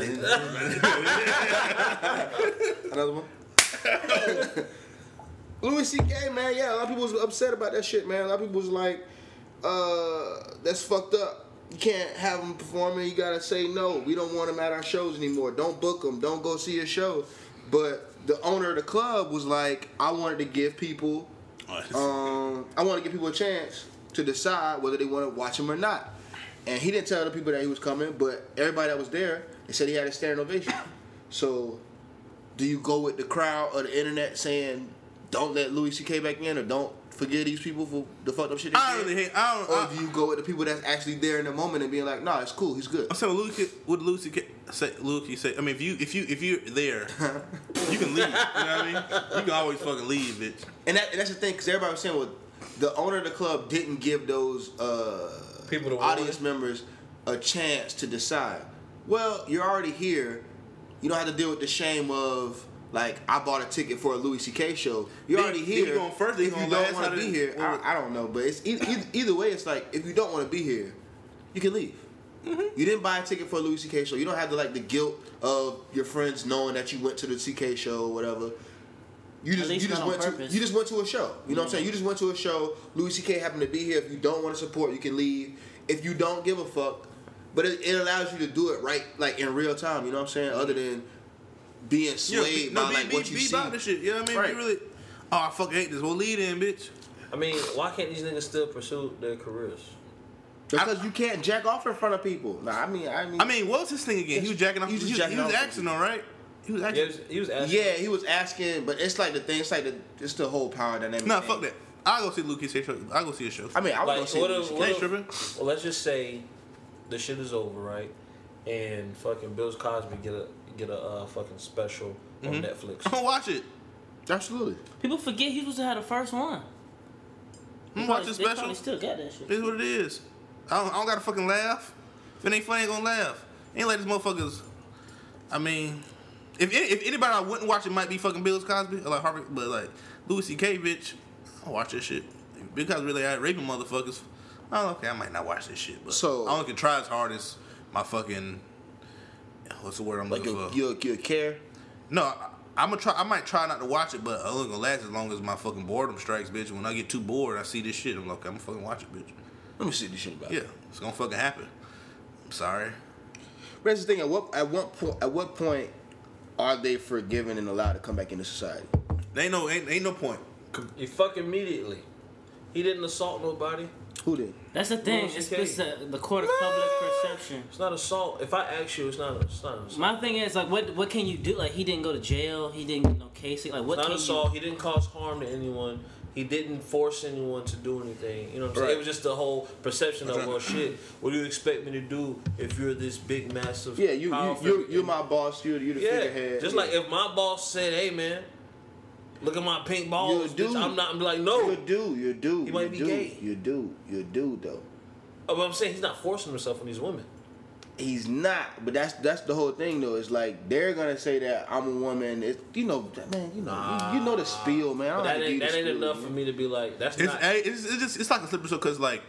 rubbing. Another one. Louis C.K. Man, yeah, a lot of people was upset about that shit, man. A lot of people was like, uh, that's fucked up. You can't have him performing. You gotta say no. We don't want him at our shows anymore. Don't book him. Don't go see his show. But the owner of the club was like, I wanted to give people, um, I wanted to give people a chance to decide whether they want to watch him or not. And he didn't tell the people that he was coming, but everybody that was there, they said he had a standing ovation. So do you go with the crowd or the internet saying don't let Louis C.K. back in or don't forgive these people for the fucked up shit? They I don't did? really hate. I don't. I, Or do you go with the people that's actually there in the moment and being like, nah, it's cool, he's good. I'm saying with Luke, with Lucy say Luke, you say. I mean, if you if you if you're there, you can leave. You know what I mean? You can always fucking leave, bitch. And, that, and that's the thing, because everybody was saying, well, the owner of the club didn't give those uh, People to audience warn. members a chance to decide. Well, you're already here. You don't have to deal with the shame of like I bought a ticket for a Louis C.K. show. You're Then- already then here. you going first, then if you going you don't last, want how to did be it- here, I, I don't know. But it's either, either, either way, it's like if you don't want to be here, you can leave. Mm-hmm. You didn't buy a ticket for a Louis C.K. show. You don't have the like the guilt of your friends knowing that you went to the C.K. show or whatever. You just, least you just not on went to purpose. you just went to a show. You know what I'm saying? You just went to a show. Louis C.K. happened to be here. If you don't want to support, you can leave. If you don't give a fuck, but it, it allows you to do it right, like in real time. You know what I'm saying? Other than being Yeah, swayed be, no, by be, like be, what you be see. about this shit. You know what I mean? Right. You really. Oh, I fucking hate this. Well, lead in, bitch. I mean, why can't these niggas still pursue their careers? Because you can't jack off in front of people. Nah, I mean, I mean, I mean, what was his thing again? He was jacking off. He He was was, just he was, jacking off. acting, all right. He was He acting. was, he was asking. yeah, he was asking, but it's like the thing. It's like the it's the whole power dynamic. Nah, thing. fuck that. I will go see Lucas. show. I will go see his show. I mean, I was Like, gonna say what Louis if- C.K. what Hey, if- tripping. Well, let's just say the shit is over, right? and fucking Bill Cosby get a get a uh, fucking special on Mm-hmm. I'm Netflix. gonna watch it. Absolutely. People forget he was the had the first one. I'm gonna Probably- watch the they special. Probably still got that shit. It is what it is. I don't, I don't gotta fucking laugh. If it ain't funny, I ain't gonna laugh. Ain't like these motherfuckers. I mean, if any- if anybody I wouldn't watch it might be fucking Bill Cosby or like Harvey, but like Louis C.K. bitch, I'll watch this shit. If Bill Cosby really out raping motherfuckers. Oh, okay, I might not watch this shit, but So- I only can try as hard as my fucking what's the word I'm Like looking your for? your, your care. No, I, I'm gonna try. I might try not to watch it, but I only gonna last as long as my fucking boredom strikes, bitch. When I get too bored, I see this shit. I'm like, I'm gonna fucking watch it, bitch. Let me see this shit about. Yeah, it's gonna fucking happen. I'm sorry. But that's the thing. At what at what point at what point are they forgiven and allowed to come back into society? There ain't no ain't, ain't no point. You fuck immediately. He didn't assault nobody. Who did? That's the thing. Louis It's, CK. it's the, the court of public perception. It's not assault. If I ask you, it's not. It's not. An assault. My thing is like, what what can you do? Like, he didn't go to jail. He didn't get no case. Like, what It's not can you? assault. He didn't cause harm to anyone. He didn't force anyone to do anything. You know what I'm saying? Right. It was just the whole perception of Okay. well, shit. What do you expect me to do if you're this big, massive? Yeah, you you powerful- you're, you're my boss. You're you're the yeah. figurehead. Just Yeah. like if my boss said, "Hey man, look at my pink You're a balls," dude. bitch, I'm not. I'm like, no. You're due. You're due. He might you're be due. gay. You're due. You're due though. Oh, but I'm saying he's not forcing himself on these women. He's not, but that's that's the whole thing though. It's like they're gonna say that I'm a woman. It's you know, man, you know, you, you know the spiel, man. I Ah. But don't that have to ain't do the that ain't spiel, enough man. for me to be like, that's It's not. eh, it's, it's just it's like a slippery slope because like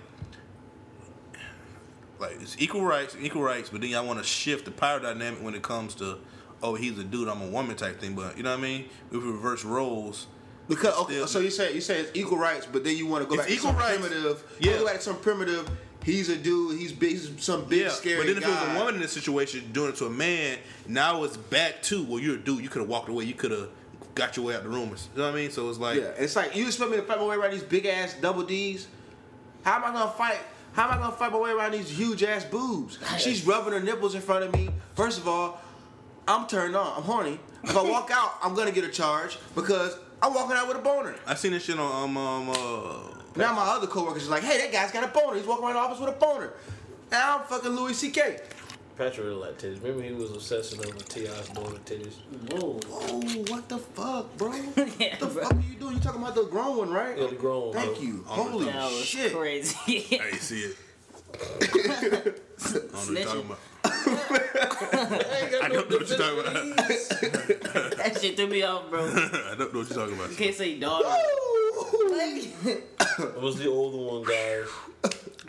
like it's equal rights, equal rights, but then y'all want to shift the power dynamic when it comes to oh he's a dude, I'm a woman type thing. But you know what I mean? If we reverse roles, Because okay, Still- so you say you say it's equal rights, but then you want to go It's back to equal some rights. primitive. Yeah. You go back to some primitive. He's a dude. He's big. He's some big yeah. scary But then if it was guy. a woman in this situation doing it to a man, now it's back to well you're a dude, you could have walked away, you could have got your way out the room. You know what I mean? So it's like Yeah, it's like you expect me to fight my way around these big ass double D's. How am I gonna fight? How am I gonna fight my way around these huge ass boobs? She's rubbing her nipples in front of me. First of all, I'm turned on. I'm horny. If I walk out, I'm gonna get a charge because I'm walking out with a boner. I seen this shit on um um uh, Now my other coworkers is like, "Hey, that guy's got a boner. He's walking around the office with a boner." And I'm fucking Louis C.K. Patrick really liked titties. Remember he was obsessing over T.I.'s daughter titties. Whoa. Oh, what the fuck, bro? Yeah, what the bro. fuck are you doing? You talking about the grown one, right? Yeah, the grown one, Thank bro. you. I'm Holy That was shit. crazy. I ain't see it. I don't know what you're talking Snitching. about. I I don't know what you're talking about. that shit threw me off, bro. You I don't know what you're talking about. can't say daughter. Like, It was the older one, guys.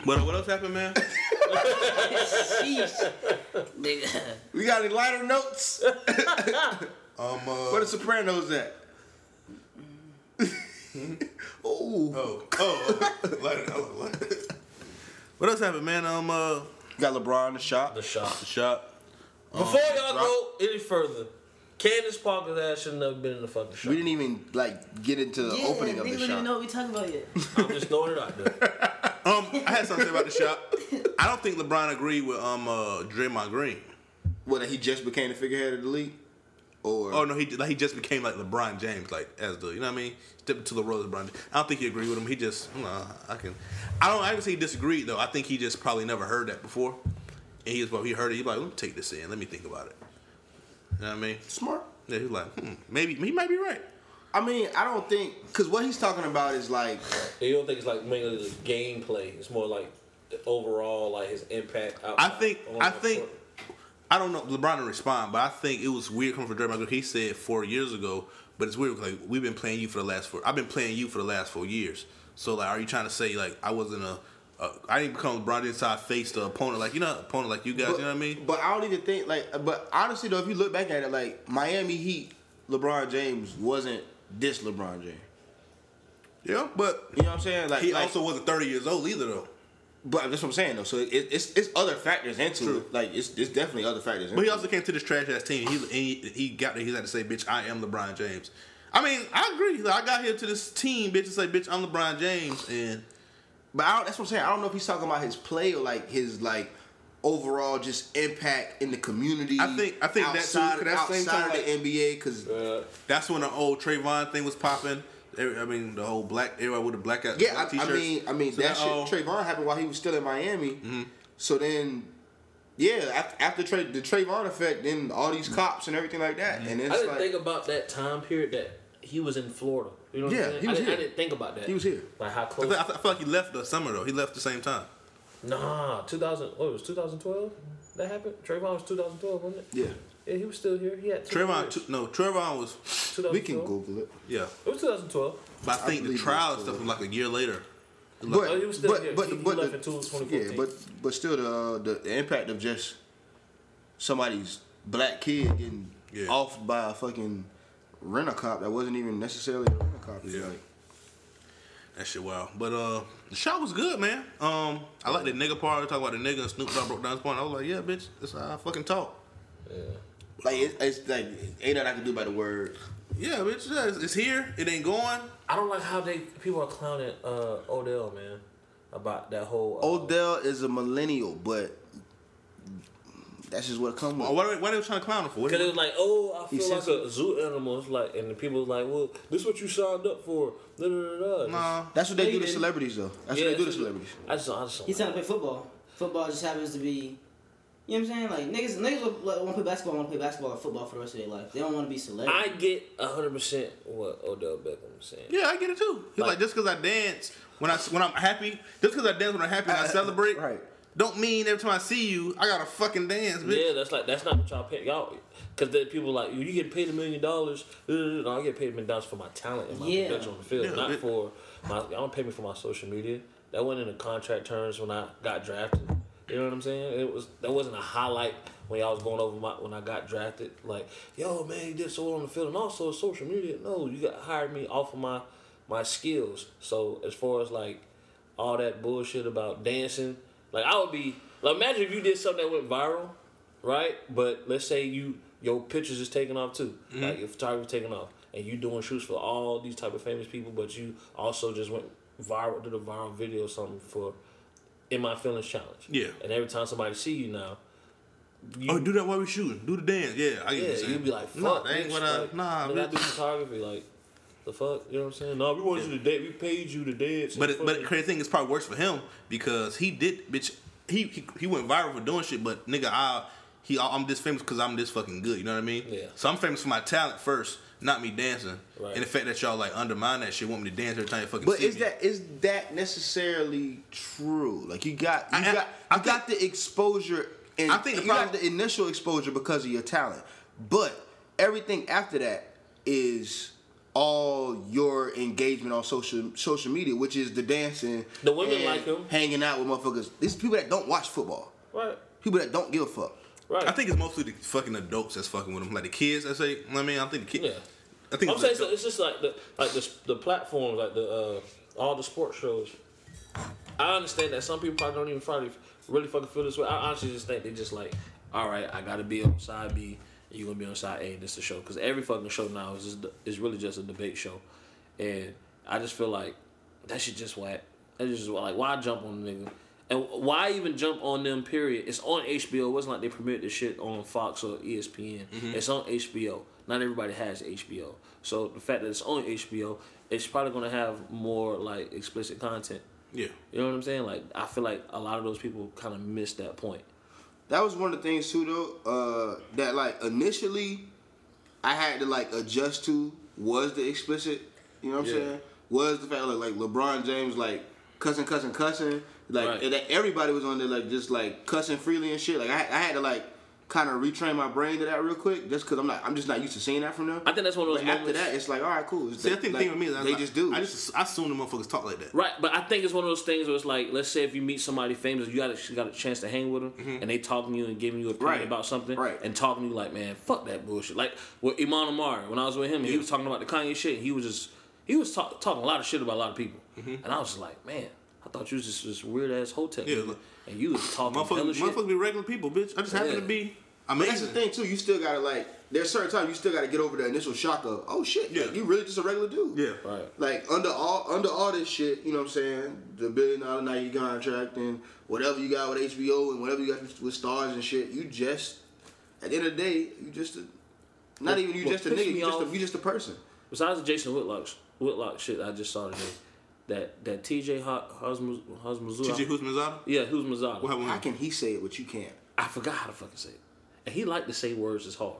But uh, what else happened, man? sheesh. Nigga. We got any lighter notes? Um, uh, Where the Sopranos at? Ooh. oh, oh, okay. Light it, I like- light it. what else happened, man? Um, uh, Got LeBron in the shop. The shop. the shop. Before y'all Rock- go any further, Candace Parker's ass should never been in the fucking shop. We didn't even like get into the Yeah, opening of nigga, the we don't even shop. know what we talking about yet. I'm just throwing it out there. Um, I had something to say about the shop. I don't think LeBron agreed with um uh Draymond Green. Whether he just became the figurehead of the league, or Oh no, he like he just became like LeBron James, like as the you know what I mean, step into the role of LeBron. James. I don't think he agreed with him. He just you know, I can, I don't. I can say he disagreed though. I think he just probably never heard that before, and he was probably he heard it. He like let me take this in. Let me think about it. You know what I mean? smart. Yeah, he's like hmm, maybe he might be right. I mean, I don't think because what he's talking about is like You don't think it's like mainly the gameplay. It's more like the overall, like his impact. Out, I think on I the think court. I don't know LeBron didn't respond, but I think it was weird coming from Draymond. Green. He said four years ago, but it's weird 'cause, like we've been playing you for the last four. I've been playing you for the last four years. So like, are you trying to say like I wasn't a, a I didn't become LeBron until I faced the opponent like you know opponent like you guys. But, you know what I mean? But I don't even think like. But honestly though, if you look back at it, like Miami Heat, LeBron James wasn't this LeBron James. Yeah, but You know what I'm saying? Like he like- also wasn't thirty years old either though. But that's what I'm saying though. So it, it's it's other factors into True. it. Like it's it's definitely other factors. But he into also came to this trash ass team. He, he he got there. He had to say, "Bitch, I am LeBron James." I mean, I agree. He's like, I got here to this team, bitch, to say, "Bitch, I'm LeBron James," and it. But I don't, that's what I'm saying. I don't know if he's talking about his play or like his like overall just impact in the community. I think- I think that too, outside, 'cause that's the same outside time, of the NBA because Uh, That's when the old Trayvon thing was popping. Every- I mean, the whole black everybody with the black out- yeah, black I, I mean I mean So uh, Mm-hmm. that, shit all- Trayvon happened while he was still in Miami. So then Yeah, af- after Tra- the Trayvon effect, then all Mm-hmm. these cops and everything like that, and it's I didn't like think about that time period that he was in Florida. You know what Yeah, I'm saying? he was I, didn't, I here. didn't think about that. He was here. Like how I, close? th- I, th- I feel like he left the summer though. He left the same time. nah, 2000. What it was 2012? That happened. Trayvon was 2012, wasn't it? yeah. Yeah, he was still here. He had two Trayvon, years. t- no, Trayvon was, 2012. We can Google it, yeah. It was 2012. But I I think the believe it trial was stuff was cool. like a year later. but Oh, he was still but here. but He- he but left the- in two- 2014. yeah, but but still the, uh, the the impact of just somebody's black kid getting Yeah. off by a fucking rent a cop that wasn't even necessarily a rent a cop. It's Yeah. like, That shit wild. But uh the shot was good, man. Um I like the nigga part, talk about the nigga and Snoop Dogg broke down his point. I was like, yeah, bitch, that's how I fucking talk. like it, it's like ain't nothing I can do by the word. Yeah, bitch, yeah, it's, it's here. It ain't going. I don't like how they people are clowning uh, Odell, man, about that whole. Uh, Odell is a millennial, but that's just what come with. Why, why, why they was trying to clown him for? What Because it was like, oh, I He feel like said a zoo animal. It's like, and the people was like, well, this is what you signed up for. Da, da, da, da. Nah. That's what they No, do you to didn't. celebrities, though. That's Yeah, what they do to that's what- celebrities. I just, I just. He's trying to play football. Football just happens to be, you know what I'm saying? Like niggas, niggas want to play basketball, want to play basketball and football for the rest of their life. They don't want to be I celebrities. get hundred percent what Odell Beckham was saying. Yeah, I get it too. He's like, Like- just because I dance when I when I'm happy, just because I dance when I'm happy and I, I- I- celebrate, right. Don't mean every time I see you, I gotta fucking dance, bitch. Yeah, that's like that's not what y'all pay y'all. Because then people like you get paid a million dollars. uh, No, I get paid a million dollars for my talent and my Yeah. production on the field, Yeah, not it- for my. I don't pay me for my social media. That wasn't in the contract terms when I got drafted. You know what I'm saying? It was that wasn't a highlight when y'all was going over my when I got drafted. Like, yo man, you did so well on the field and also social media. No, you got hired me off of my my skills. So as far as like all that bullshit about dancing. Like I would be like imagine if you did something that went viral, right? But let's say you your pictures is taking off too. Mm-hmm. Like your photography's taking off and you doing shoots for all these type of famous people, but you also just went viral did a viral video or something for in my feelings challenge. Yeah. And every time somebody see you now, you Oh, do that while we shooting. Do the dance. Yeah, I get yeah, what you're you'd be like, fuck, no, that ain't bitch, what I. like, nah, nigga, I bitch. do photography, like the fuck, you know what I'm saying? No, we wanted you to date, we paid you to dance. But and it, but fucking- the crazy thing is probably worse for him because he did bitch he he, he went viral for doing shit. But nigga, I he I'm this famous because I'm this fucking good. You know what I mean? Yeah. So I'm famous for my talent first, not me dancing. Right. And the fact that y'all like undermine that shit, want me to dance every time you fucking. But see is me. that is that necessarily true? Like you got you I- I- got you I got the exposure. And I think the you got problem- the initial exposure because of your talent, but everything after that is all your engagement on social social media, which is the dancing. The women and like him. hanging out with motherfuckers. These people that don't watch football, right, people that don't give a fuck. right. I think it's mostly the fucking adults that's fucking with him, like the kids. I say, I mean, I think the kids. Yeah. I think I'm it's saying the so it's just like the like the the platforms, like the uh, all the sports shows. I understand that some people probably don't even probably really fucking feel this way. I honestly just think they just like, all right, I gotta be on side B, and you gonna be on side A, and this the show. Because every fucking show now is just, is really just a debate show, and I just feel like that shit just whack. That shit just whack. like why jump on the nigga. And why even jump on them? Period. It's on HBO. It wasn't like they premiered this shit on Fox or E ESPN. It's on HBO. Not everybody has HBO. So the fact that it's on HBO, it's probably gonna have more like explicit content. yeah. You know what I'm saying? Like I feel like a lot of those people kind of missed that point. That was one of the things too, though. Uh, that like initially, I had to like adjust to was the explicit. You know what I'm Yeah. saying? Was the fact like like LeBron James like cussing, cussing, cussing. Like Right. and that everybody was on there like just like cussing freely and shit. Like I, I had to like kind of retrain my brain to that real quick, just because I'm not I'm just not used to seeing that from them. I think that's one of those But after moments- that, it's like all right, cool. It's See, I like- think the like, thing with me is I, they just do. I just I assume the motherfuckers talk like that. Right, but I think it's one of those things where it's like, let's say if you meet somebody famous, you got a, you got a chance to hang with them, and they talking to you and giving you a opinion Right. about something, Right. and talking to you like, man, fuck that bullshit. Like with Iman Amar, when I was with him, he was talking about the Kanye shit. And he was just he was talk, talking a lot of shit about a lot of people, and I was like, man, I thought you was just this weird ass hotel, Yeah, nigga, look. and you was talking hella Motherfuckers, shit. motherfuckers be regular people, bitch. I just happen Yeah. to be. I But mean, that's the thing too. You still gotta like. There's certain times you still gotta get over the initial shock of oh shit, like, Yeah. you really just a regular dude. Yeah. Right. Like under all under all this shit, you know what I'm saying? The billion dollar night you contract and whatever you got with HBO and whatever you got with stars and shit, you just at the end of the day, you just a, not even you what just a pissed nigga, me you just a, off- you just a person. Besides the Jason Whitlock Whitlock shit, I just saw today that that T.J. Hosmazula, TJ Husmanzada. yeah, who's Mazada? What happened? How with him? can he say it but you can't? I forgot how to fucking say it. And he liked to say words is hard.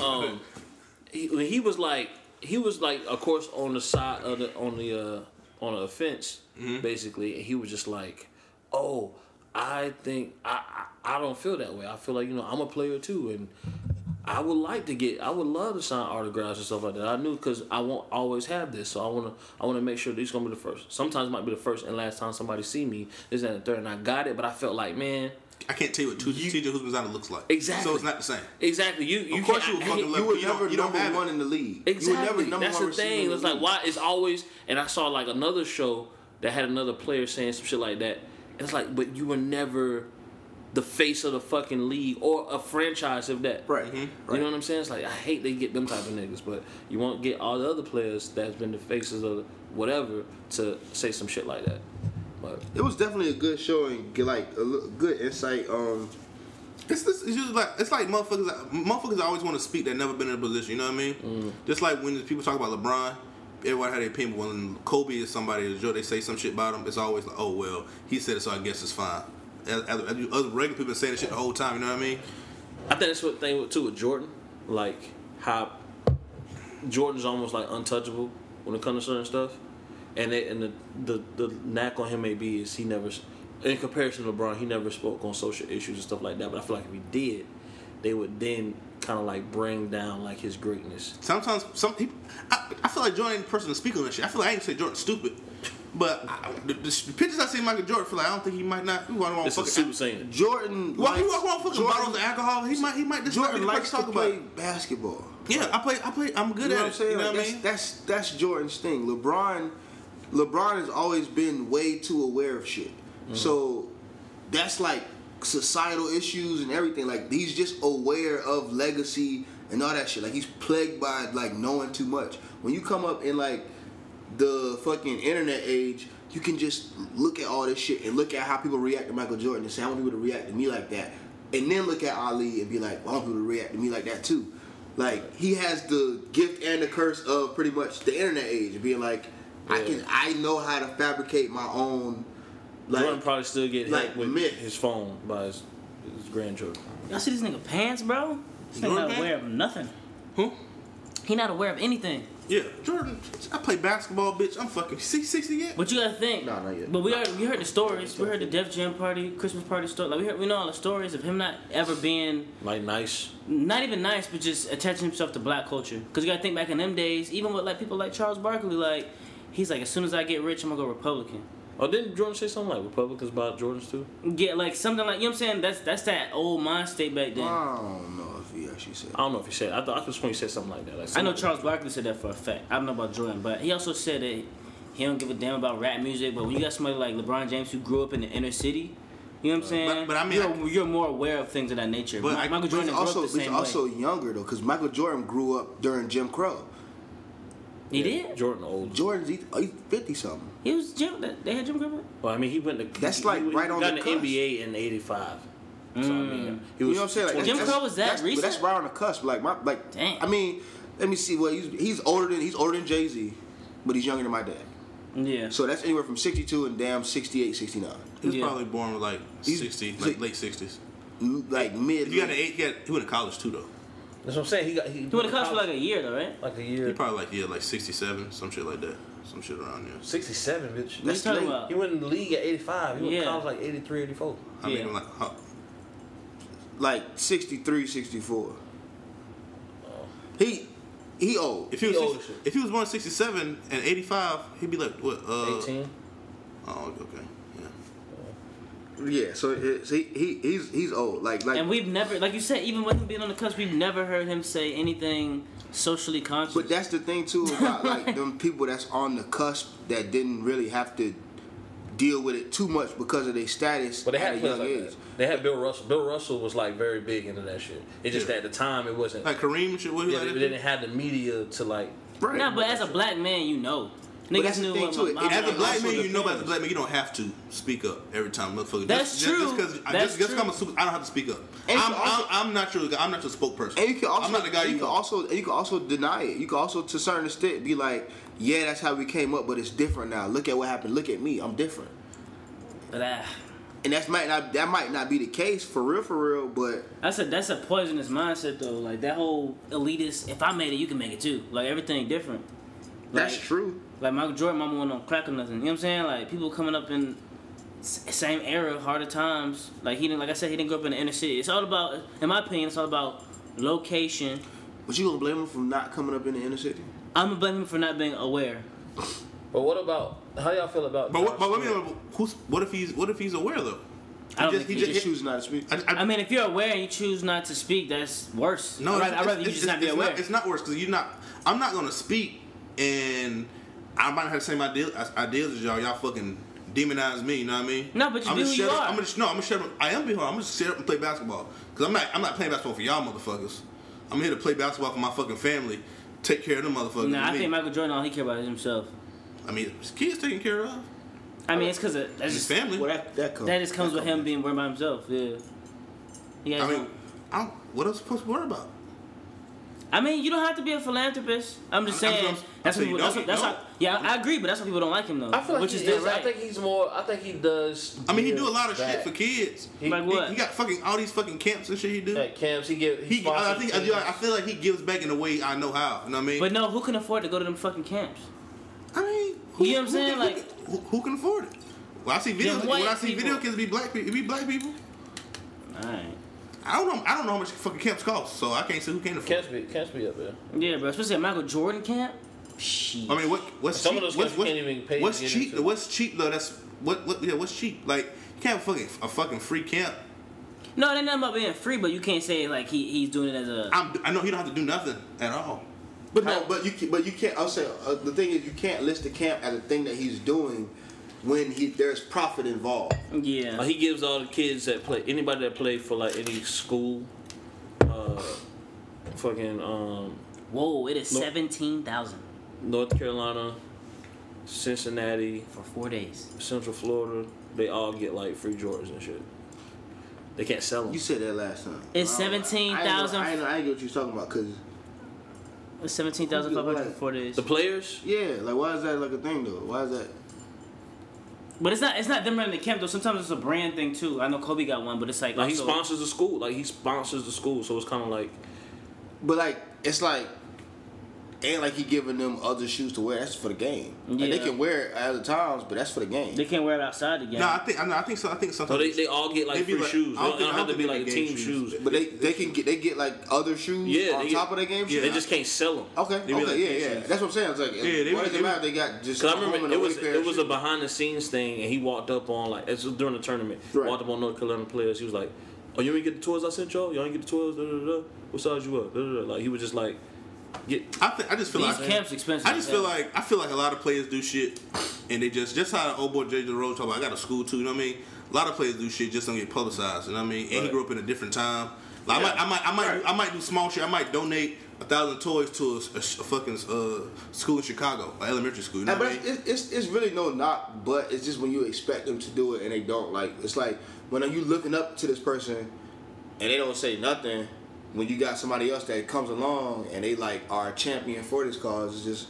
um, he, when he was like, he was like, of course, on the side of the on the uh, on the fence, basically. And he was just like, "Oh, I think I, I I don't feel that way. I feel like you know I'm a player too, and I would like to get, I would love to sign autographs and stuff like that. I knew because I won't always have this, so I wanna I wanna make sure this gonna be the first. Sometimes it might be the first and last time somebody see me. This that, and the third, and I got it, but I felt like man. I can't tell you what TJ TJ Husbandana looks like. Exactly. So it's not the same. Exactly. You you Of course can't- you would I fucking hate- love You Look, were you never don't- you don't number have one it. in the league. You were Exactly. never number That's one the receiver thing. in It's the like league. why it's always and I saw like another show that had another player saying some shit like that. And it's like, but you were never the face of the fucking league or a franchise of that. Right. Mhm. You Right. know what I'm saying? It's like I hate they get them type of niggas, but you won't get all the other players that's been the faces of whatever to say some shit like that. But It was definitely a good show and get, like a l- good insight. Um, It's, this, it's just like it's like motherfuckers. Motherfuckers always want to speak that never been in a position. You know what I mean? Mm. Just like when people talk about LeBron, everyone had their opinion. but When Kobe is somebody, or Joe, they say some shit about him. It's always like, oh well, he said it, so I guess it's fine. As, as, as you- other regular people been saying this shit the whole time. You know what I mean? I think that's what thing with- too with Jordan, like how Jordan's almost like untouchable when it comes to certain stuff, and they, and the, the the knack on him may be is he never, in comparison to LeBron, he never spoke on social issues and stuff like that. But I feel like if he did, they would then kind of like bring down like his greatness. Sometimes some people, I, I feel like Jordan ain't the person to speak on this shit. I feel like I ain't say Jordan's stupid, but I, the, the pictures I see of Michael Jordan, I feel like I don't think he might not. He walk around It's a fucking. super saying. Jordan. well, he likes- walk around fucking Jordan- bottles of alcohol. He might. He might. This might be Jordan the likes person to talk play about. basketball. Yeah, I play. I play. I'm good You at know what I'm it. saying? You know Like, what I that's, mean? that's that's Jordan's thing. LeBron, LeBron has always been way too aware of shit. Mm. So that's like societal issues and everything. Like he's just aware of legacy and all that shit. Like he's plagued by like knowing too much. When you come up in like the fucking internet age, you can just look at all this shit and look at how people react to Michael Jordan and say, I want people to react to me like that. And then look at Ali and be like, I want people to react to me like that too. Like he has the gift and the curse of pretty much the internet age, being like, I can I know how to fabricate my own like Jordan probably still get hit like with myth. his phone by his, his grandchildren. Y'all see this nigga pants, bro? This nigga not Mhm. aware of nothing. Who? He not aware of anything. Yeah, Jordan. I play basketball, bitch. I'm fucking six sixty yet. But you gotta think. Nah, not yet. But we already, we heard the stories. We heard the Def Jam party, Christmas party story. Like we heard, we know all the stories of him not ever being, Like nice. not even nice, but just attaching himself to black culture. Cause you gotta think back in them days, even with like people like Charles Barkley, like he's like, as soon as I get rich, I'm gonna go Republican. Oh, didn't Jordan say something like Republicans about Jordans too? Yeah, like something like you know what I'm saying. That's that's that old mind state back then. I don't know if he actually said. I don't know if he said. I thought I was when he said something like that. Like I know somebody- Charles Barkley said that for a fact. I don't know about Jordan, but he also said that he don't give a damn about rap music. But when you got somebody like LeBron James who grew up in the inner city, you know what I'm saying? but- but I mean, you're, I- you're more aware of things of that nature. But Mi- I- Michael but Jordan He's grew also up the he's same also way. younger though, because Michael Jordan grew up during Jim Crow. He Yeah, did. Jordan old. Jordan's he's fifty something. He was Jim. that- They had Jim Cooper. Well, I mean, he went to That's he- like he, right he on got the in cusp. NBA in '85. So I mean, he You was know what I'm saying? Like, Jim that's- Crow was that that's, but That's recent? right on the cusp. Like my like. Dang. I mean, let me see. Well, he's he's older than he's older than Jay Z, but he's younger than my dad. Yeah. So that's anywhere from 62 and damn 68, 69. He was Yeah. probably born like He's- sixty, he's like like- late sixties. M- Like mid. If you got an eight, he, got, he went to college too though. that's what I'm saying. He got he, He went to college for like a year though, right? like a He year. probably like yeah, like sixty seven, some shit like that, some shit around there. '67, bitch. What That's you talking late. about? He went in the league at '85. He went Yeah. to college like '83, '84. I mean, Yeah. I'm like, huh. Like 63, 64. He he old. if he was He old 60 as shit. if he was born sixty seven and eighty five, he'd be like what? Uh, 18. Oh, okay, yeah. Yeah. So it's, he, he he's he's old. Like like. And we've never, like you said, even with him being on the cusp, we've never heard him say anything socially conscious. But that's the thing too about like them people that's on the cusp that didn't really have to deal with it too much because of their status But they had at a players young like age. that. They had Bill Russell. Bill Russell was like very big into that shit. It's just Yeah. that at the time it wasn't. Like Kareem and shit. What he yeah, like they, that? they didn't have the media to like. Right. nah, but as a black man, you know, niggas that's the knew thing, what too. my It- mama as As a It was. black man, also you know, but as a depends. black man, you don't have to speak up every time, motherfucker. That's just, true. Just because That's just, just true. come and super, I don't have to speak up. And you I'm, also- I'm, I'm not your guy. I'm not your spokesperson. And you can also, I'm not the guy and you, you can want. also, and you can also deny it. You can also, to a certain extent, be like, "Yeah, that's how we came up, but it's different now. Look at what happened. Look at me. I'm different." But ah, and that's might not that might not be the case for real, for real. But That's a that's a poisonous mindset though. Like that whole elitist. If I made it, you can make it too. Like everything different. that's Like- true. Like Michael Jordan, mama went on crack or nothing. You know what I'm saying? Like people coming up in s- same era, harder times. Like he didn't. Like I said, he didn't grow up in the inner city. It's all about, in my opinion, it's all about location. But you gonna blame him for not coming up in the inner city? I'm gonna blame him for not being aware. But what about how y'all feel about? But what, Josh but let me Stewart? know. Who's, what if he's what if he's aware though? I don't just- think he He just- just chooses not to speak. I, I, I mean, if you're aware and you choose not to speak, that's worse. no, I'd it's- rather, I'd rather you it's- just it's- not be it's aware. it's not worse because you're not. I'm not gonna speak, and I might not have the same ideas, ideas as y'all. Y'all fucking demonize me. You know what I mean? No, but you I'm be gonna who you shut up. are. I'm gonna no. I'm gonna shut up. I am being hard. I'm gonna just sit up and play basketball because I'm not. I'm not playing basketball for y'all motherfuckers. I'm here to play basketball for my fucking family. Take care of them motherfuckers. Nah, I Me. think Michael Jordan, all he cared about is himself. I mean, his kids taken care of. I mean, it's because that's His just, family. Well, that that comes. that just comes with him being aware by himself. Yeah. He has I no- mean, I don't, what else supposed to worry about? I mean, you don't have to be a philanthopist. I'm just I'm- I'm- saying. I'm that's what saying people. you That's, don't- what, that's you how, yeah, I agree, but that's why people don't like him though. I feel like which he is is. dead right. I think he's more. I think he does. I mean, he give do a lot of back. shit for kids. He- like He, what? he got fucking all these fucking camps and shit. He do. At camps, he give. He, He, I sponsors think I, teams. do, I feel like he gives back in a way I know how. You know what I mean? but no, who can afford to go to them fucking camps? I mean, You know what I'm saying? Can, Like- who, can- who, who can afford it? Well, I see videos. Them When I white see people. video kids, it be black people. It be black people. All right. I don't know. I don't know how much fucking camps cost, so I can't say who can afford. Camps be, camps be up there. Yeah, bro. Especially at Michael Jordan camp. I mean, what what's Some of cheap? those what's, camps what's- can't even pay to What's get cheap? into. What's cheap though? That's what what yeah. What's cheap? Like you can't fucking a fucking free camp. No, it ain't nothing about being free, but you can't say like he, he's doing it as a. I'm, I know he don't have to do nothing at all. But no, but you can- but you can't. I'll say uh, the thing is you can't list the camp as a thing that he's doing when he there's profit involved. yeah. Like, he gives all the kids that play anybody that play for like any school, uh, fucking um, Whoa! It is No. seventeen thousand North Carolina, Cincinnati, for four days. Central Florida. They all get like free Jordans and shit. They can't sell them. You said that last time. It's I don't- I ain't know- 17,000 I ain't know- I ain't get what you're talking about because It's seventeen thousand five hundred for four days. The players, yeah, like why is that like a thing though? Why is that? But it's not. It's not them running the camp though. Sometimes it's a brand thing too. I know Kobe got one, but it's like. like he also- sponsors the school. Like he sponsors the school, so it's kind of like But like it's like ain't like he giving them other shoes to wear. That's for the game. Like, they Yeah. can wear it at other times, but that's for the game. They can't wear it outside the game. No, I think I, know, I think so. I think sometimes so they, they all get like They be free like- shoes. They I don't think- don't, they don't I have don't to be think like they team get shoes. shoes. but they they can get they get like other shoes Yeah, on they top get- of their game. yeah, shoes? They just can't sell them. Okay. They be like okay. yeah, Asians. yeah. That's what I'm saying. It's like, Yeah, they why be- does they it be- matter? They got just. Cause I home and remember away it was pair it of was a shoes. behind the scenes thing, and he walked up on like it's during the tournament. Right. Walked up on North Carolina players. He was like, "Oh, you ain't get the toys I sent y'all. Y'all ain't get the toys. Da, da, da, da. What size you up? Da, da, da." Like he was just like, "Get I think I just feel These like camps expensive. I just as feel hell. like I feel like a lot of players do shit, and they just just how the old boy JJ Rose talk about. I got a school too. You know what I mean? A lot of players do shit just don't get publicized. You know what I mean? And he Right. grew up in a different time. Like I might, I might, I might, do, I might do small shit. I might donate a thousand toys to a, a sh- a fucking uh, school in Chicago, an elementary school. You know Nah, what I but mean? it's, it's it's really no knock, but it's just when you expect them to do it and they don't. Like it's like when you looking up to this person and they don't say nothing. When you got somebody else that comes along and they like are a champion for this cause, it's just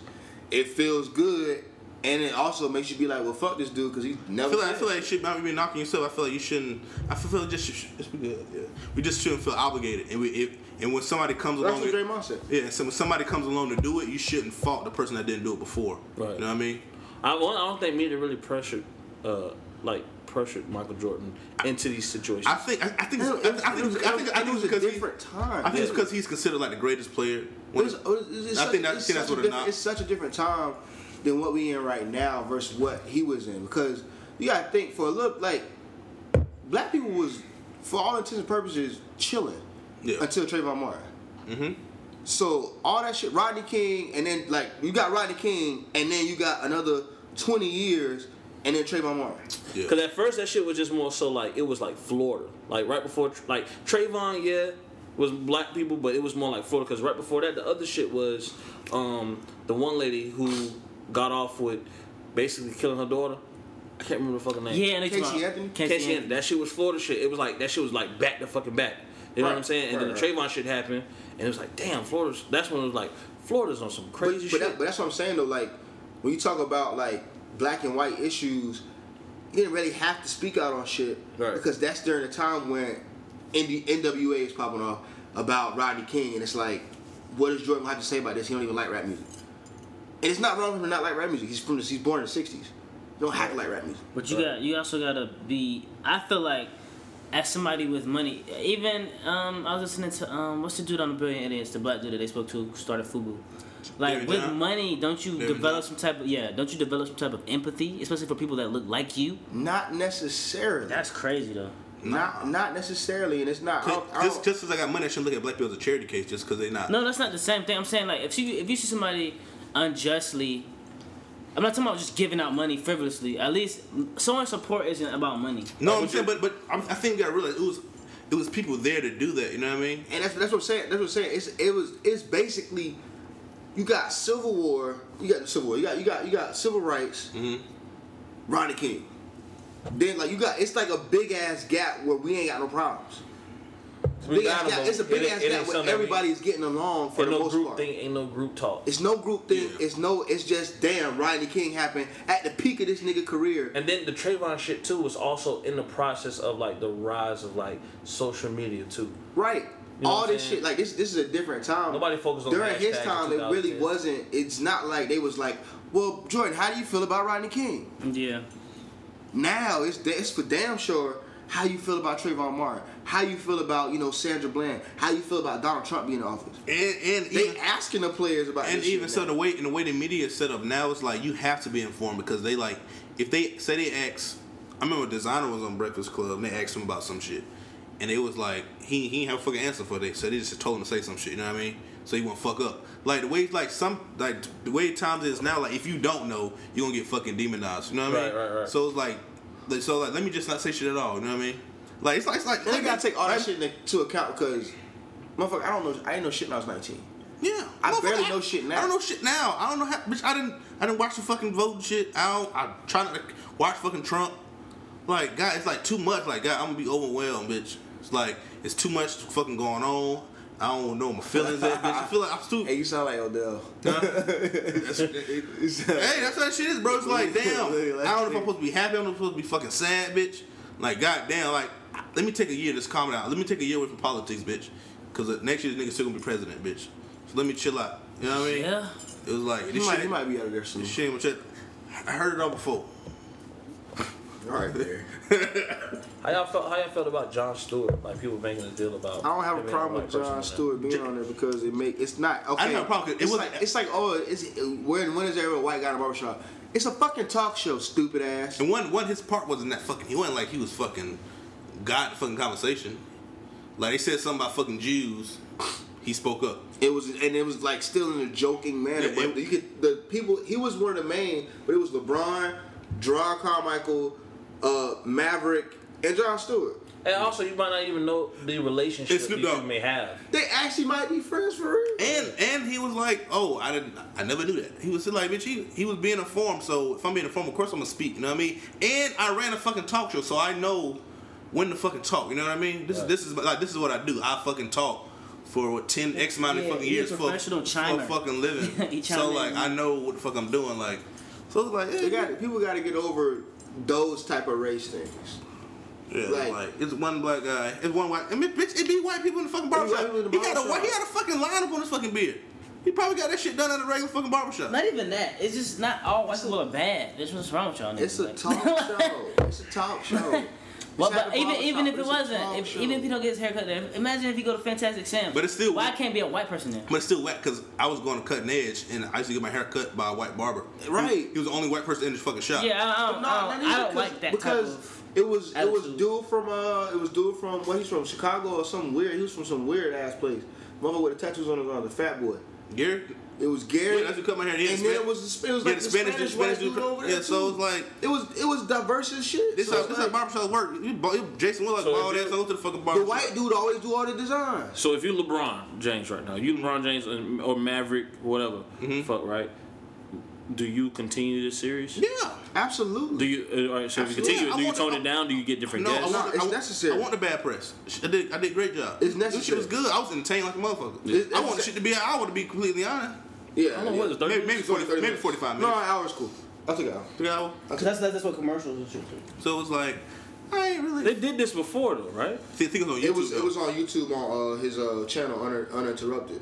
it feels good, and it also makes you be like, well, fuck this dude because he I never. feel like I said feel like shit might be knocking yourself. I feel like you shouldn't. I feel like just it's good. Yeah, we just shouldn't feel obligated. And we if, and when somebody comes That's along, what and- Draymond said. yeah, so when somebody comes along to do it, you shouldn't fault the person that didn't do it before. Right. You know what I mean? I, well, I don't think media really pressured, uh, like pressured Michael Jordan into these situations. I think I, I think I, think I think I think I think it's a because he, different time. I think it's because he's considered like the greatest player. It was- it was- it's I such- think that- I it's think that's such a what it different- not- It's such a different time than what we in right now versus what he was in because you gotta think for a look like black people was for all intents and purposes chilling Yeah. until Trayvon Martin. Mm-hmm. So all that shit, Rodney King, and then like you got Rodney King, and then you got another twenty years, and then Trayvon Martin. Yeah. Because at first that shit was just more so like it was like Florida, like right before like Trayvon, yeah, was black people, but it was more like Florida. Because right before that, the other shit was um, the one lady who got off with basically killing her daughter. I can't remember the fucking name. Yeah, and they Casey talking about- Anthony? Casey Anthony. That shit was Florida shit. It was like that shit was like back to fucking back. You know what I'm Right, saying? And right, then the Trayvon shit happened, and it was like, damn, Florida's. That's when it was like Florida's on some But- crazy but, shit. that- but that's what I'm saying though. Like when you talk about like black and white issues, you didn't really have to speak out on shit Right. because that's during the time when ND, NWA is popping off about Rodney King, and it's like, what does Jordan have to say about this? He don't even like rap music, and it's not wrong for him to not like rap music. He's from the, he's born in the '60s. You don't have to like rap music. But you got you also gotta be. I feel like as somebody with money, even um, I was listening to um, what's the dude on the Brilliant Idiots, the black dude that they spoke to who started Fubu. Like David with John? money, don't you David develop John? some type of yeah? Don't you develop some type of empathy, especially for people that look like you? Not necessarily. That's crazy though. not not necessarily, and it's not. I don't- I Just don't- just because I got money, I shouldn't look at black people as a charity case just because they're not. No, that's not the same thing. I'm saying like if you if you see somebody unjustly, I'm not talking about just giving out money frivolously. At least someone support isn't about money. No, I'm saying, but but I'm, I think you gotta realize it was it was people there to do that. You know what I mean? and that's, that's what I'm saying. That's what I'm saying. It's it was it's basically you got Civil War, you got the Civil War, you got you got you got civil rights, Mm-hmm. Rodney King. Then like you got it's like a big ass gap where we ain't got no problems. We Big ass got 'em, gap, but it's a big it ain't- ass it gap ain't where something that we- everybody is getting along for ain't the no most group part. thing, ain't no group talk. It's no group thing. Yeah. It's no. It's just damn. Rodney King happened at the peak of this nigga career. And then the Trayvon shit too was also in the process of like the rise of like social media too. Right. know All what I'm this saying? shit, like this, this is a different time. Nobody focused on during his hashtags in time. It really 2010. wasn't. It's not like they was like, well, Jordan, how do you feel about Rodney King? Yeah. Now it's it's for damn sure. How you feel about Trayvon Martin? How you feel about you know Sandra Bland? How you feel about Donald Trump being in office? And and They even, asking the players about and this shit even so, now. the way and the way the media is set up now it's like you have to be informed because they like if they say they ask. I remember designer was on Breakfast Club and they asked him about some shit, and it was like he he didn't have a fucking answer for that, so they just told him to say some shit. You know what I mean? So he won't fuck up. Like the way like some like the way times is now. Like if you don't know, you are gonna get fucking demonized. You know what I mean? Right, right, right. So it's like like, so like let me just not say shit at all. You know what I mean? Like it's like it's like And they gotta take all that like- shit into account because, motherfucker, I don't know. I ain't know shit when I was nineteen. Yeah, I Motherfucker, barely know shit now. I don't know shit now. I don't know how. Bitch, I didn't. I didn't watch the fucking vote and shit. I don't. I try not to watch fucking Trump. Like, God, it's like too much. Like, God, I'm gonna be overwhelmed, bitch. It's like it's too much fucking going on. I don't know my feelings at, bitch. I feel like I'm stupid. Hey, you sound like Odell. Hey, that's how that shit is, bro. It's like, damn. I don't Literally, know if I'm like- supposed to be happy. I don't know if I'm supposed to be fucking sad, bitch. Like, goddamn. Like, let me take a year to just calm down. Let me take a year away from politics, bitch. Because next year, this nigga still gonna be president, bitch. So let me chill out. You know what I mean? Yeah. It was like, He this might, shit, he might be out of there soon. this shit ain't what you- I heard it all before. All right, there. How y'all felt? How y'all felt about John Stewart? Like people making a deal about. I don't have a him being problem white with person John and that. Stewart being on there because it make it's not okay. I have a problem 'cause it it's wasn't- like it's like oh, it's when when is there ever a white guy in a barbershop? It's a fucking talk show, stupid ass. And one, one, his part wasn't that fucking. He wasn't like he was fucking God fucking conversation. Like they said something about fucking Jews. He spoke up. It was and it was like still in a joking manner, Yeah, but it- you could the people he was one of the main, but it was LeBron, Draw Carmichael, uh, Maverick, and John Stewart. And also, you might not even know the relationship It's Snoop these people Dogg. may have. They actually might be friends for real. And and he was like, oh, I didn't, I never knew that. He was still like, bitch, he, he was being informed. So if I'm being informed, of course I'm gonna speak. You know what I mean? And I ran a fucking talk show, so I know when to fucking talk. You know what I mean? This is this is like this is what I do. I fucking talk for what ten x amount of Yeah, fucking he a years for, professional for chimer. fucking living. He so chiming like in. I know what the fuck I'm doing. Like so it's like, eh, They got people got to get over those type of race things. Yeah, Like- like, it's one black guy, it's one white. I mean, bitch, it be white people in the fucking It be white barbershop. people in the He got a barbershop. white, he had a fucking lineup on his fucking beard. He probably got that shit done at a regular fucking barbershop. Not even that. It's just not all white people are bad. That's what's wrong with y'all. Niggas. It's a Like- talk show. It's a talk show. Well, It's at but the even barbershop, even if but it it's a wasn't, talk if, show. even if he don't get his haircut there, imagine if he go to Fantastic Sam. But it's still- why can't be a white person there? But it's still wet because I was going to cut an edge and I used to get my hair cut by a white barber. Right. He was the only white person in this fucking shop. Yeah, I don't, No, I don't, not I even don't like that type because of. it was it was attitude. dude from uh it was dude from well he's from Chicago or some weird he was from some weird ass place. Mother with the tattoos on his arm, the fat boy. Gary? It was Gary. Yeah, that's who cut my hair. And Yeah, then it was the, Sp- it was yeah, like the Spanish, Spanish, the Spanish white dude. dude over there. yeah, so it's too. like. it was it was diverse as shit. This so how, it's this how like, barbershops work. You, bo- you- Jason Willock So if bald you- ass goes to the fucking the barbershop. white dude always do all the designs. So if you LeBron James right now, you LeBron James and- or Maverick, whatever, Mm-hmm. fuck right. Do you continue this series? Yeah. Absolutely. Do you? Uh, all right, so if you continue, Yeah, I do you want tone to- it down? Do you get different No, I guests? want, it's I, necessary. I want the bad press. I did, I did great job. It's This shit necessary. was good. I was entertained like a motherfucker. It's- I want it's- shit to be an hour to be completely honest. yeah. I don't know yeah. what it is. 30 Maybe, maybe, minutes? 40, 30 maybe minutes. 45 No, minutes. an hour's cool. I took it out. Three hour. Cause that's that's what commercials and shit. do. So it was like, I ain't really. They did this before though, right? think it was on YouTube. It was it was on YouTube on uh, his uh, channel Unin- uninterrupted.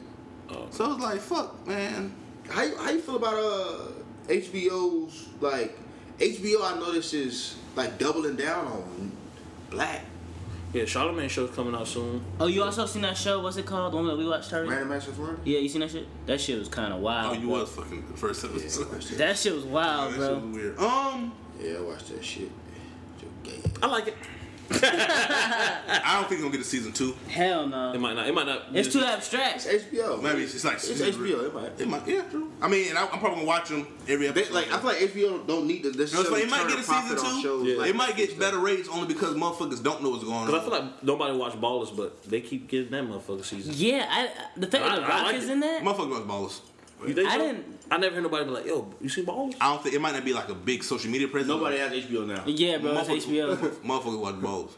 so it was like, fuck, man. How you, how you feel about uh HBO's like HBO? I know this is like doubling down on black Yeah, Charlemagne show's coming out soon. Oh, you also seen that show? What's it called? The one that we watched already. random acts of Florida. Yeah, you seen that shit? That shit was kind of Oh, wild. you bro. was fucking the first episode. Yeah, I watched that. That shit was wild, That bro. shit was weird. Um, Yeah, I watched that shit. Joe Gay. I like it. I don't think we're gonna get a season two. Hell It no. might not. It might not. It's too It's abstract. HBO. Maybe it's just like it's HBO. It might. It might, yeah, true. I mean, and I, I'm probably gonna watch them every They, episode. like I feel like HBO don't need to You know, it's necessarily like, it might turn get a profit on season two. shows Yeah. like it might that get and better rates only because motherfuckers don't know what's going on. Because I feel like nobody watched Ballers, but they keep getting that motherfucker season. Yeah, I, I- the fact I- that The I Rock like is it. in that. motherfuckers watch ballers. You think I so? didn't- I never heard nobody be like, "Yo, you seen Ballers?" I don't think it might not be like a big social media presence. Nobody has HBO now. Yeah, bro, it's HBO. Motherfuckers, motherfuckers watch ballers.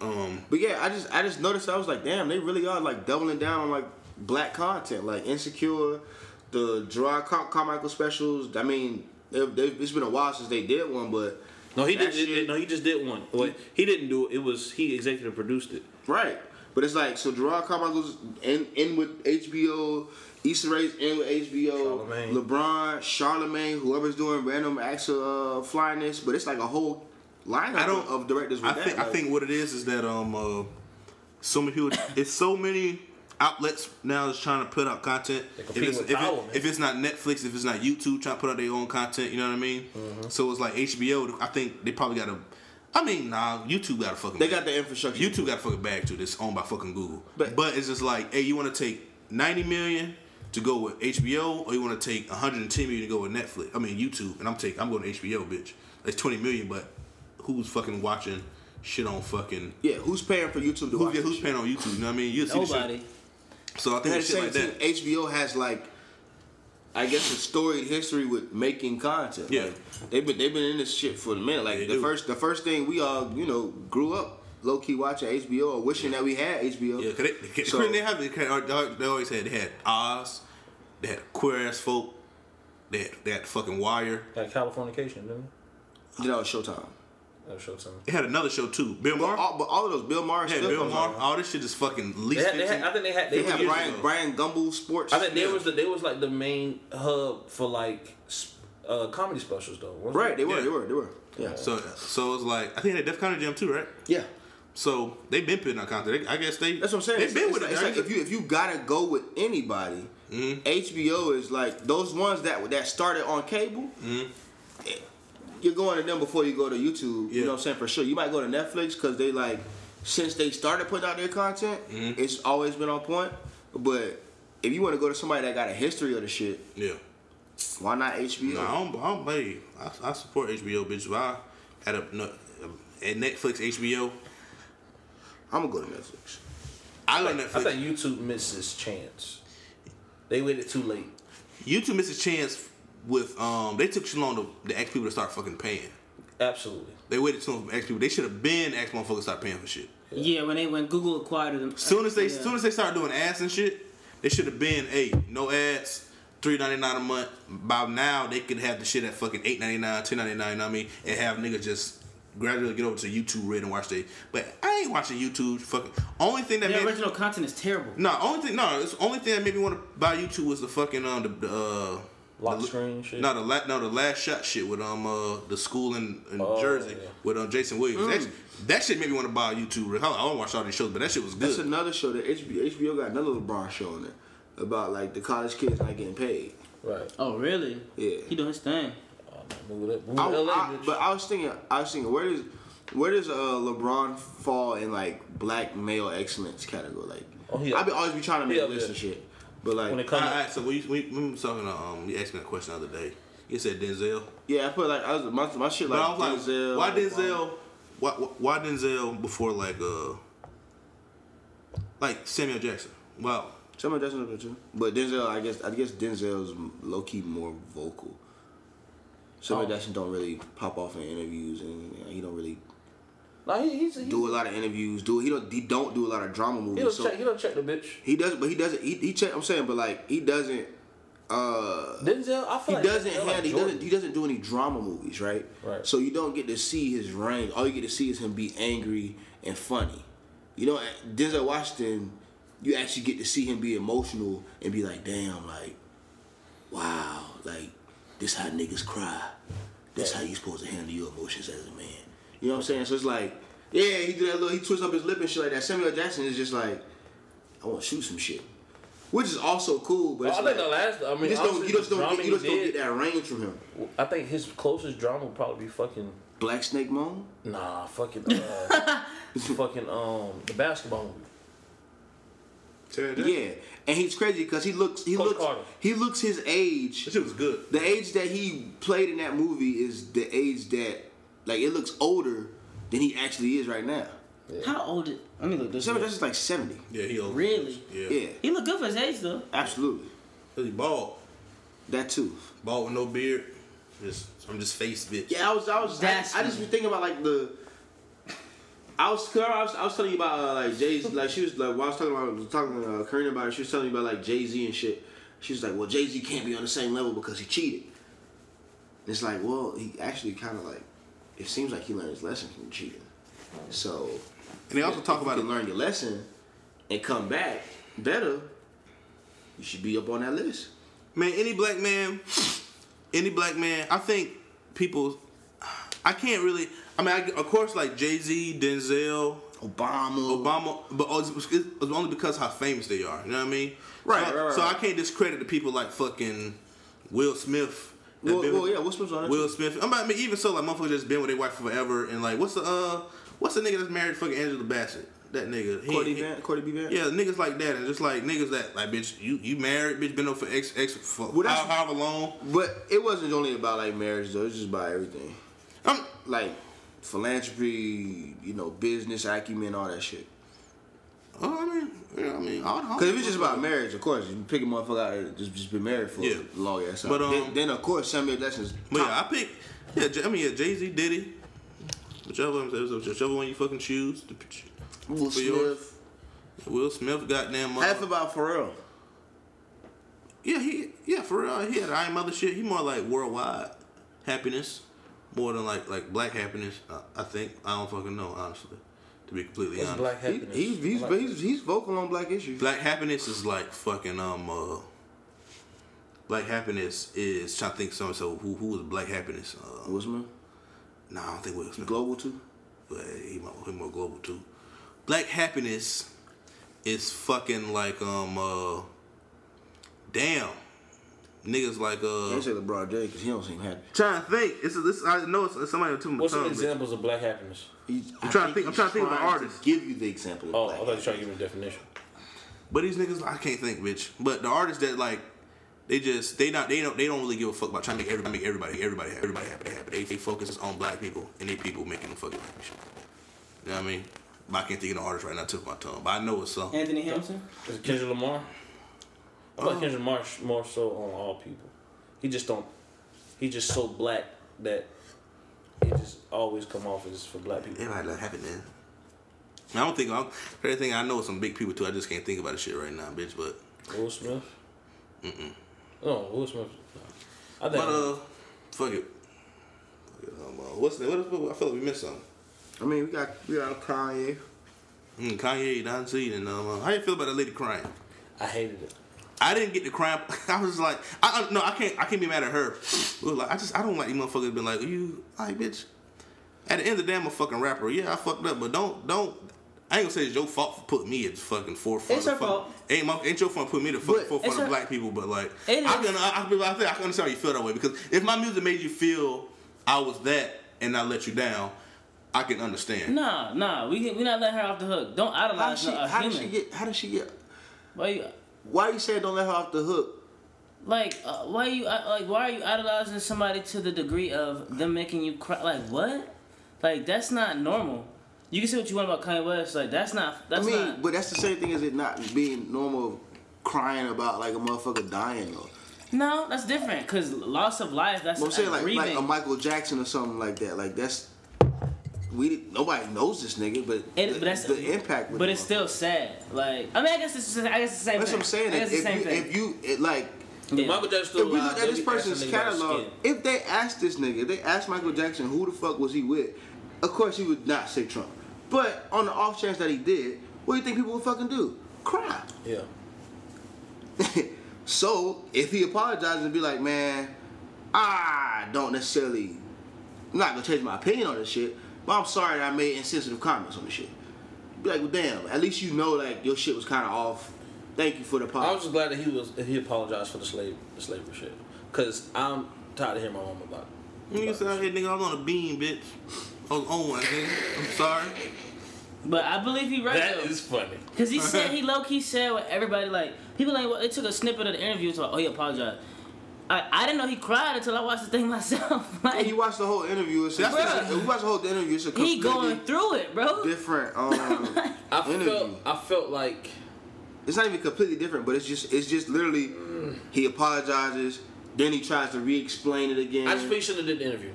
Um, But yeah, I just I just noticed I was like, damn, they really are like doubling down on like black content, like Insecure, the Gerard Car- Carmichael specials. I mean, they've, they've, it's been a while since they did one, but No, he That didn't. shit- No, he just did one. Wait, he didn't do it. It was he executive produced it. right. But it's like so Gerard Carmichael's in in with HBO, Issa Rae's in with HBO, Charlamagne. LeBron, Charlemagne, whoever's doing random acts of uh, flyness. But it's like a whole lineup I don't- of directors. With I that. think I like- think what it is is that um, uh, so many people, it's so many outlets now is trying to put out content. If compete it's, with if, Powell, it, man. if it's not Netflix, if it's not YouTube, trying to put out their own content, you know what I mean? Mm-hmm. So it's like HBO. I think they probably got to. I mean, nah, YouTube got a fucking. they bag. got the infrastructure. YouTube got a fucking bag too. That's owned by fucking Google. But, But- it's just like, hey, you want to take ninety million to go with HBO, or you want to take one hundred and ten million to go with Netflix? I mean YouTube, and I'm taking I'm going to HBO, bitch. That's twenty million, but who's fucking watching shit on fucking? yeah, who's paying for YouTube to Who, watch yeah, this who's shit? paying on YouTube? You know what I mean? You'll see the shit. Nobody. So I think And at it's the shit same like time, that. HBO has like, I guess, a storied history with making content. Yeah. Like, they've been they've been in this shit for a minute. Like They the do. first the first thing we all you know grew up low key watching HBO or wishing that we had HBO. Yeah, cause they, 'cause So- they have they, they always had they had Oz, they had queer ass folk, they had, they had the fucking Wire. Like Californication, didn't You know, Showtime. it? That show time. They had another show too, Bill But Maher. all, but all of those Bill Maher Hey, stuff. Bill on Maher, there. all this shit is fucking at They least had, they had, 15. I think they had. They, They have were- years Brian ago. Brian Gumble Sports. I think they Yeah. was the they was like the main hub for like s- uh, comedy specials though. wasn't right, they were, Yeah. they were, they were. Yeah. So, so it's like I think they Def Comedy Jam too, right? Yeah. So they've been putting out content. They, I guess they. That's what I'm saying. They've been it's, with it's it. like, it's right? like if you if you gotta go with anybody, Mm-hmm. HBO is like those ones that that started on cable. eh, You're going to them before you go to YouTube. You Mm-hmm. Yeah. know what I'm saying for sure. You might go to Netflix because they like since they started putting out their content, Mm-hmm. it's always been on point. But if you want to go to somebody that got a history of the shit, Yeah. why not HBO? No, I don't. I don't play. I, I support HBO, bitch. If I had a, no, at Netflix HBO, I'm gonna go to Netflix. I love I Netflix. think YouTube missed its chance. They waited too late. YouTube missed a chance with um. They took too long to, to ask people to start fucking paying. Absolutely. They waited too long to ask people. They should have been asked motherfuckers to start paying for shit. Yeah, when they when Google acquired them. Soon as they yeah. soon as they start doing ads and shit, they should have been hey no ads. Three ninety nine a month. By now they could have the shit at fucking eight ninety nine, ten ninety nine. I mean, and have niggas just gradually get over to YouTube Red and watch they. But I ain't watching YouTube. Fucking only thing that their made original content is terrible. no only thing no it's the only thing that made me want to buy YouTube was the fucking um the, the uh Lock the- screen shit. No, the la- no the last shot shit with um uh the school in, in Jersey Oh, yeah. with um Jason Williams. That, that shit made me want to buy YouTube. Red. I don't watch all these shows, but that shit was good. That's another show that HBO HBO got another LeBron show on there about like the college kids not getting paid. Right. Oh, Oh really? Yeah. He doing his thing. Move it up. Move I, to LA, I, bitch. but I was thinking, I was thinking, where does where does uh, LeBron fall in like black male excellence category? Like, Oh, he I've up. been always be trying to make He a up list there. and shit, but like, when it All comes, right, so we, we, we were talking to, um, you asked me that question the other day. You said Denzel. yeah, I put like I was my, my shit But like, I was like, Denzel, why LeBron. Denzel, why, why Denzel before like, uh, like Samuel Jackson? Wow. Samuel Jackson up there too, but Denzel, I guess I guess Denzel's low key more vocal. Oh. Samuel Jackson don't really pop off in interviews, and you know, he don't really nah, he, he's, he's, do a lot of interviews. Do he don't he don't do a lot of drama movies. he don't so- check. He don't check the bitch. He doesn't, but he doesn't. He, he check. I'm saying, but like he doesn't uh, Denzel, I feel he like doesn't Denzel have, like he Jordan. doesn't he doesn't do any drama movies, right? Right. So you don't get to see his range. All you get to see is him be angry and funny. You know, Denzel Washington, you actually get to see him be emotional and be like, damn, like, wow, like this how niggas cry. That's how you supposed to handle your emotions as a man. You know what I'm saying? So it's like, yeah, he do that little, he twists up his lip and shit like that. Samuel Jackson is just like, I want to shoot some shit, which is also cool. But I it's think like, the last. I mean, you just don't, honestly, you just the don't, drama get, he you just don't did- get that range from him. I think his closest drama would probably be fucking Black Snake Moan. nah, fucking uh, fucking um the basketball movie. Terry Yeah, and he's crazy because he looks he Coach looks Carter. he looks his age. That shit was good. The age that he played in that movie is the age that like it looks older than he actually is right now. How old is. Let me look this Samuel up. Jackson's like seventy. Yeah, he old. Really? Yeah. Yeah, He look good for his age, though. absolutely. He bald. That too. Bald with no beard. Just I'm just face bitch. Yeah, I was I was I, That's I just was thinking about like the. I was, cause I was I was telling you about uh, like Jay like she was like while I was talking about was talking to uh, Karina about it she was telling me about like Jay Z and shit she was like well Jay Z can't be on the same level because he cheated And it's like well he actually kind of like it seems like he learned his lesson from cheating so And they also talk about you it. can learn your lesson and come back better you should be up on that list Man, any black man, any black man, I think people, I can't really. I mean, I, of course, like Jay Z, Denzel, Obama Obama, but it's, it's only because how famous they are. You know what I mean? Right, So, right, right, so I right. can't discredit the people like fucking Will Smith. that well, been- well yeah Will Smith's on that Will Smith. I mean, I mean, even so, like motherfuckers just been with their wife forever, and like, what's the uh, what's the nigga that's married to fucking Angela Bassett? That nigga, too. he, Cordy he- Van Cordy B Van yeah, niggas like that, and just like niggas that like, bitch, you you married, bitch, been on for X X for Well, that's- how- however long. But it wasn't only about like marriage though. It's just about everything, I'm, like philanthropy, you know, business acumen, all that shit. well, oh, I mean, yeah, I mean, all the Cause if it's just about marriage, of course, you pick a motherfucker out there just just been married for Yeah. a long ass time. But, um, then, then of course Samuel Jackson's But top. yeah, I pick. Yeah, J- I mean, yeah, Jay Z, Diddy, whichever, whichever one you fucking choose. The, Will for yours. Smith, Will Smith, goddamn. uh, half about Pharrell. Yeah, he yeah for real. He had I am other shit. He more like worldwide happiness, more than like like black happiness. I, I think I don't fucking know honestly, to be completely It's honest. Black He, Happiness. he's he's, I like he's he's vocal on black issues. Black happiness is like fucking um. uh Black happiness is trying to think so and so who who was black happiness. Uh, Will Smith, nah, I don't think Will Smith. global too. but he more, he more global too. Black happiness is fucking like um uh damn niggas like I didn't uh say LeBron James because he don't seem happy. trying to think. It's this I know it's, it's somebody on the tip of my What's some tongue. but- examples of black happiness? He's, I'm trying to think- I'm he's trying to think of an trying to artist. Give you the example. Of Oh, I black. thought you were trying to give me a definition. But these niggas I can't think, bitch. But the artists that like they just they not they don't they don't really give a fuck about trying to make everybody make everybody everybody happy everybody happy happy. They, they focus on black people and they people making them fucking happy. shit. You know what I mean? But I can't think of an artist right now. Took my tongue, but I know it's some. Anthony Hamilton? Is it Kendrick Lamar? I Um, feel like Kendrick Lamar is more so on all people. He just don't. He just so black that he just always come off as for black people. Everybody like happy then. I don't think I'm. Everything I know is some big people too. I just can't think about the shit right now, bitch. But Will Smith. Mm-mm. No, Will Smith. I think but uh, fuck it. Fuck it, um, uh, What's the, what, is- what? I feel like we missed something. I mean, we got we got Kanye. Mm, Kanye, Don C, and um, uh, how you feel about that lady crying? I hated it. I didn't get the cramp. I was like, I, I no, I can't. I can't be mad at her. It was like, I just, I don't like these motherfuckers. Been like, you, like, bitch. At the end of the day, I'm a fucking rapper. Yeah, I fucked up, but don't, don't. I ain't gonna say it's your fault for putting me at the fucking forefront. It's of her fuck- fault. Ain't my, ain't your fault for putting me at the fucking But forefront it's of her- black people. But like, I It can, is. I, I, can- I think I can understand how you feel that way because if my music made you feel I was that and I let you down, I can understand. Nah, nah. We we not letting her off the hook. Don't How did idolize she? a How did human. she get? How did she get? why you Why you saying don't let her off the hook? like uh, why you uh, like why are you idolizing somebody to the degree of them making you cry? Like what? Like that's not normal. You can say what you want about Kanye West. Like that's not that's I mean, not. but that's the same thing as it not being normal crying about like a motherfucker dying though. no, that's different. Cause loss of life. That's But I'm saying a like grieving. like a Michael Jackson or something like that. Like that's we nobody knows this nigga, but, It- the, but that's the impact. with But the it's still sad. Like I mean, I guess it's I guess it's the same. That's thing. what I'm saying. I guess it's If, the if same you, thing. if you it, like, Yeah. Michael Jackson If still we look uh, alive. at they'd this be asking person's niggas about catalog, skin. if they asked this nigga, if they asked Michael Jackson who the fuck was he with, of course he would not say Trump. But on the off chance that he did, what do you think people would fucking do? Cry. Yeah. So if he apologizes and be like, man, I don't necessarily, I'm not gonna change my opinion on this shit, but I'm sorry that I made insensitive comments on this shit. Be like, well, damn, at least you know like your shit was kind of off. Thank you for the I was apology. just glad that he was that he apologized for the slave the slavery shit. Cause I'm tired of hearing my mom about it. You About said, it. hey, nigga, I was on a beam, bitch. I was on one, nigga. I'm sorry. But I believe he right That though. is funny. Cause he said he low key said what everybody like people ain't. It took a snippet of the interview to oh he apologized. I, I didn't know he cried until I watched the thing myself. like He watched the whole interview. It's just, Bruh. we watched the whole interview. It's a he completely going through it, bro. different. Um, I felt Interview. I felt like it's not even completely different, but it's just it's just literally he apologizes, then he tries to re-explain it again. I just think you should have did the interview.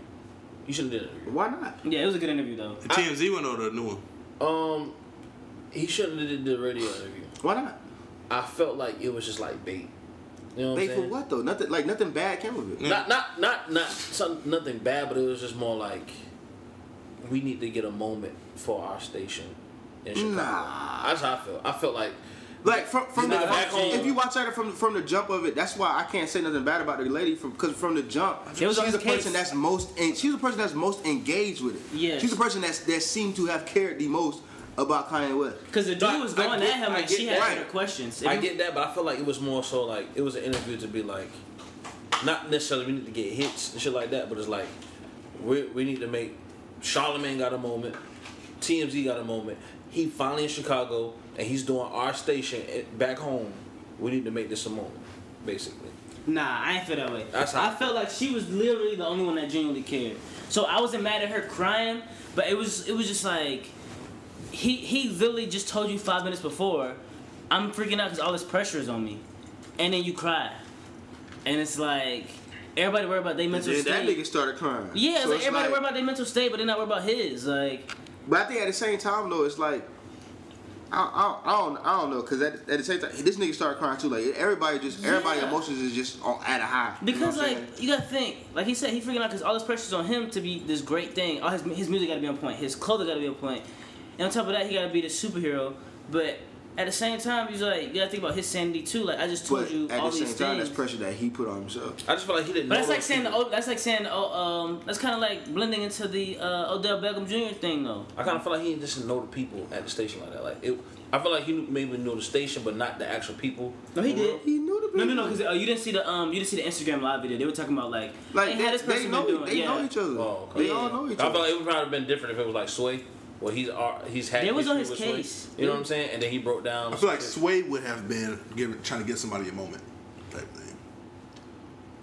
You should have did the interview. Why not? Yeah, it was a good interview though. The TMZ one or the new one? Um he shouldn't have did the radio interview. Why not? I felt like it was just like bait. You know what Bait I'm for saying? what though? Nothing like nothing bad came of it. Not not not not some, nothing bad, but it was just more like we need to get a moment for our station in Chicago. Nah. That's how I feel. I felt like Like from from the Nah, back home. if you watch her from from the jump of it, that's why I can't say nothing bad about the lady from because from the jump, It was on she's his a person case. that's most and she's a person that's most engaged with it. Yes. she's a person that's that seemed to have cared the most about Kanye West. Cause the No, I- dude was I going get- at him I and get she that. had other questions. If I you- get that, but I feel like it was more so like it was an interview to be like, not necessarily we need to get hits and shit like that, but it's like we we need to make Charlemagne got a moment, TMZ got a moment. He finally in Chicago and he's doing our station at- back home. We need to make this a moment, basically. Nah, I ain't feel that way. That's how- I felt like she was literally the only one that genuinely cared. So I wasn't mad at her crying, but it was it was just like he he literally just told you five minutes before, I'm freaking out because all this pressure is on me, and then you cry, and it's like everybody worry about their mental Then that state. nigga started crying. yeah, it's So like everybody worry about their mental state, but they not worry about his. Like But I think at the same time though, it's like I, I, I don't I don't know because at, at the same time this nigga started crying too. Like everybody just everybody Yeah. emotions is just on, at a high. you know Because what I'm like saying? you gotta think, like he said, he freaking out because all this pressure's on him to be this great thing. All his his music gotta be on point. His clothing gotta be on point. And on top of that, he gotta be the superhero. But at the same time, he's like, you gotta think about his sanity too. Like I just told but you at all the these same things. time, that's pressure that he put on himself. I just feel like he didn't. but know that's like those saying the, people. oh, that's like saying oh, um that's kind of like blending into the uh, Odell Beckham Jr. thing though. I kind of feel like he just didn't know the people at the station like that. Like it, I feel like he knew, maybe knew the station, but not the actual people. No, he did. He knew the No, no, no, because uh, you didn't see the um you didn't see the Instagram live video. They were talking about like Like hey, they, how this person they been know doing. they yeah. know each other. Oh, okay. They Yeah. all know each I feel other. like it would probably have been different if it was like Sway, where he's ar- he's had. It was on history his with Sway, case. you know what I'm saying? And then he broke down. I feel like Sway would have been giving, trying to give somebody a moment. Type thing.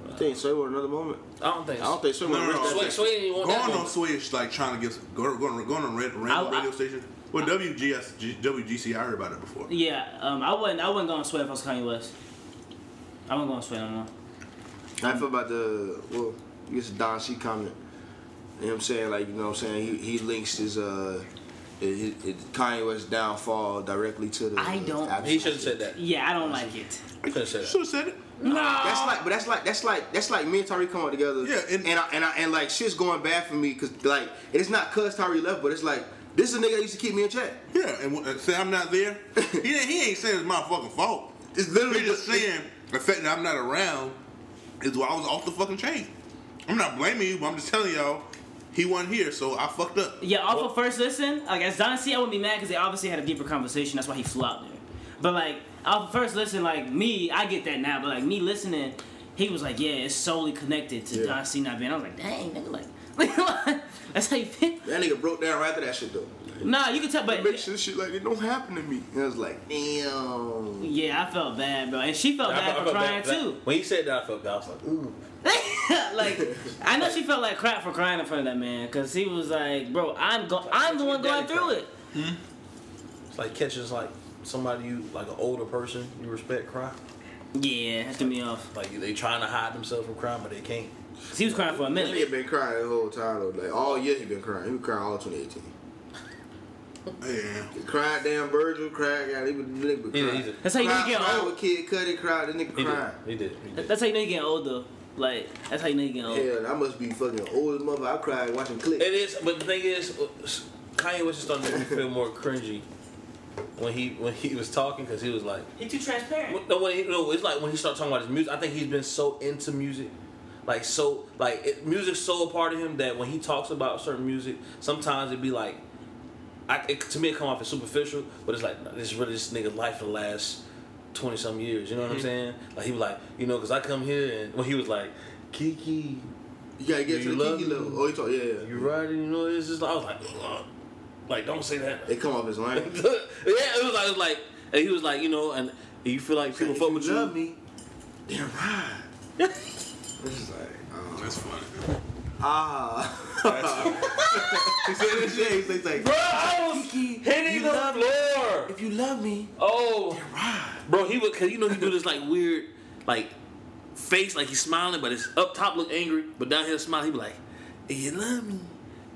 You think so? It another moment. I don't think. I don't think so. No, no, no. Sway, Sway didn't even want that. Going on moment. Sway is like trying to give going going going on red, random I- radio station. Well, WGS G- WGC, I heard about it before. Yeah, um, I wouldn't. I wouldn't go on sweat if I was Kanye West. I wouldn't go on sweat no more. I feel about the well, I guess Don C comment. You know what I'm saying? Like you know what I'm saying? He, he links his uh his, his Kanye West downfall directly to the. I don't- uh, He should have said that. Yeah, I don't like it. He could have said that. Should have said it. That's like, but that's like, that's like, that's like me and Tyree come out together. Yeah, and and- and, I, and, I, and like shit's going bad for me because like it's not cause Tyree left, but it's like this is a nigga that used to keep me in check. Yeah, and when- uh, say I'm not there. he, didn't- he ain't saying it's my fucking fault. It's literally He just saying the fact that I'm not around is why I was off the fucking chain. I'm not blaming you, but I'm just telling y'all he wasn't here, so I fucked up. Yeah, off of first listen, like as Don C, I would be mad because they obviously had a deeper conversation. That's why he flopped there. But like off of first listen, like me, I get that now. But like me listening, he was like, yeah, it's solely connected to Don C not being. I was like, dang, nigga, like. That's how you feel. that nigga broke down right after that shit though. Nah, you can tell, but Make sure this shit like it don't happen to me. And I was like, damn. yeah, I felt bad, bro, and she felt bad for crying bad. too. When he said that, I felt bad. I was like, ooh. like I know she felt like crap for crying in front of that man because he was like, bro, I'm go- I'm the one going through it. It's like catches like somebody you like an older person you respect cry. Yeah, that threw me off. Like they trying to hide themselves from crying, but they can't. 'Cause He was crying for a That minute. nigga been crying the whole time though. Like all year he been crying. He been crying all 2018. Yeah. Cried damn Virgil, cried, God, he was the nigga. He did, cried. he did. That's how you know Cried, you get cried old. with Kid Cudi, cried, the nigga He did. cried. He did. He did. That's how you know you getting older. Like that's how you know you getting older. Hell, I must be fucking old as mother. I cried watching clips. It is, but the thing is, uh, Kanye was just starting to make me feel more cringy when he when he was talking because he was like, He too transparent. no, when he, no, it's like when he started talking about his music. I think he's been so into music, like so, like it, music's so a part of him that when he talks about certain music, sometimes it'd be like, I, it, to me, it come off as superficial, but it's like this is really this nigga's life for the last twenty some years. You know what I'm saying? Like he was like, you know, because I come here and when he was like, Kiki, You gotta get You to the love Kiki me? level. Oh, you talk, yeah, yeah. you riding? You know, it's just I was like, Ugh. like don't say that. It come off his line. yeah, it was like, it was like, and he was like, you know, and you feel like people If fuck with you. love me, then ride. It's just like, oh, That's funny. ah. he said this shit. He's like, Bro, I was Kiki, hitting you the love floor. if you love me, Oh, ride. bro, he would, cause you know he do this like weird, like face, like he's smiling, but his up top look angry, but down here smile, he be like, "You love me,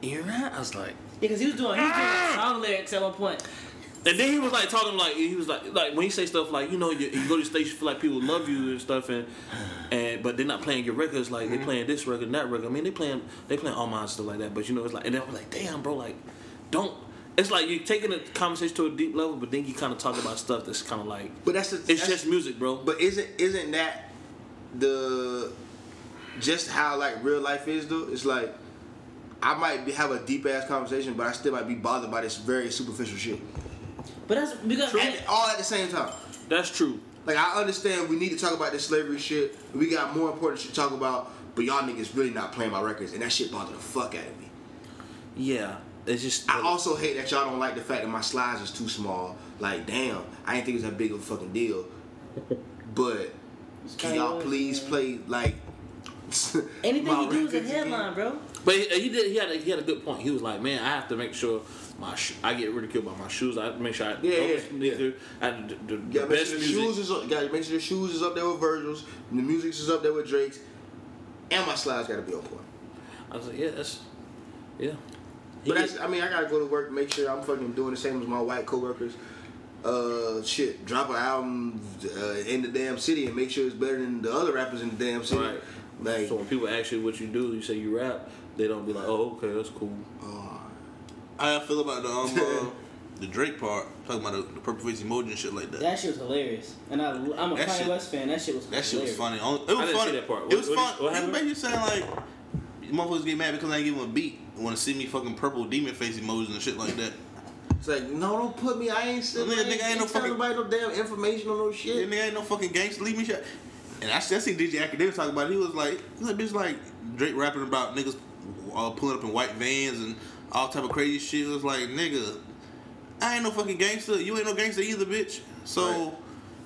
you right?" I was like, Yeah, cause he was doing he was Ah! doing song lyrics at one point. and then he was like talking like he was like like when he say stuff like you know you, you go to the station feel like people love you and stuff and and but they're not playing your records like Mm-hmm. they playing this record and that record. I mean they playing they playing all mine and stuff like that, but you know it's like and then I was like damn bro like don't. It's like you're taking the conversation to a deep level, but then you kind of talk about stuff that's kind of like But that's the. It's that's- just music, bro. But But isn't isn't that the just how like real life is though? It's like I might be, have a deep ass conversation, but I still might be bothered by this very superficial shit. But that's because And all at the same time. that's true. Like I understand we need to talk about this slavery shit. We got more important shit to talk about, but y'all niggas really not playing my records, and that shit bothered the fuck out of me. Yeah, it's just. I also hate that y'all don't like the fact that my slides is too small. Like, damn, I didn't think it was that big of a fucking deal. But can y'all Kanye, please man. play like anything my he do is a records again? headline, bro. but he, he did. He had. A, he had a good point. He was like, "Man, I have to make sure my sho- I get ridiculed by my shoes. I have to make sure I Yeah, yeah, sneaker. I have the, the, the You gotta make best sure the music. shoes is up. Gotta make sure the shoes is up there with Virgil's. And the music's is up there with Drake's. And my slides gotta be on point. I was like, yeah, that's yeah. But He- that's, I mean, I gotta go to work, make sure I'm fucking doing the same as my white coworkers. Uh, shit, drop an album uh, in the damn city and make sure it's better than the other rappers in the damn city. Right. Like, so when people ask you what you do, you say you rap. They don't be like, oh, okay, that's cool. How y'all feel about the um, uh, the Drake part? Talking about the, the purple face emoji and shit like that. That, That shit was hilarious, and I, I'm a That Kanye shit- West fan. That shit was hilarious. shit was funny. Only- It was I didn't funny. see that part. it What- was what- fun. what it happened? made you sound like motherfuckers get mad because I ain't give them a beat. Want to see me fucking purple demon face emojis and shit like that. it's like, no, don't put me. I ain't sitting. Nigga, I ain't, nigga, ain't no telling fucking- nobody no damn information on no Yeah, shit. nigga ain't no fucking gangster. Leave me shit. And I, s- I seen DJ Academic talk about it. He was like, he was a bitch like Drake rapping about niggas uh, pulling up in white vans and all type of crazy shit. It was like, nigga, I ain't no fucking gangster. You ain't no gangster either, bitch. So, Right.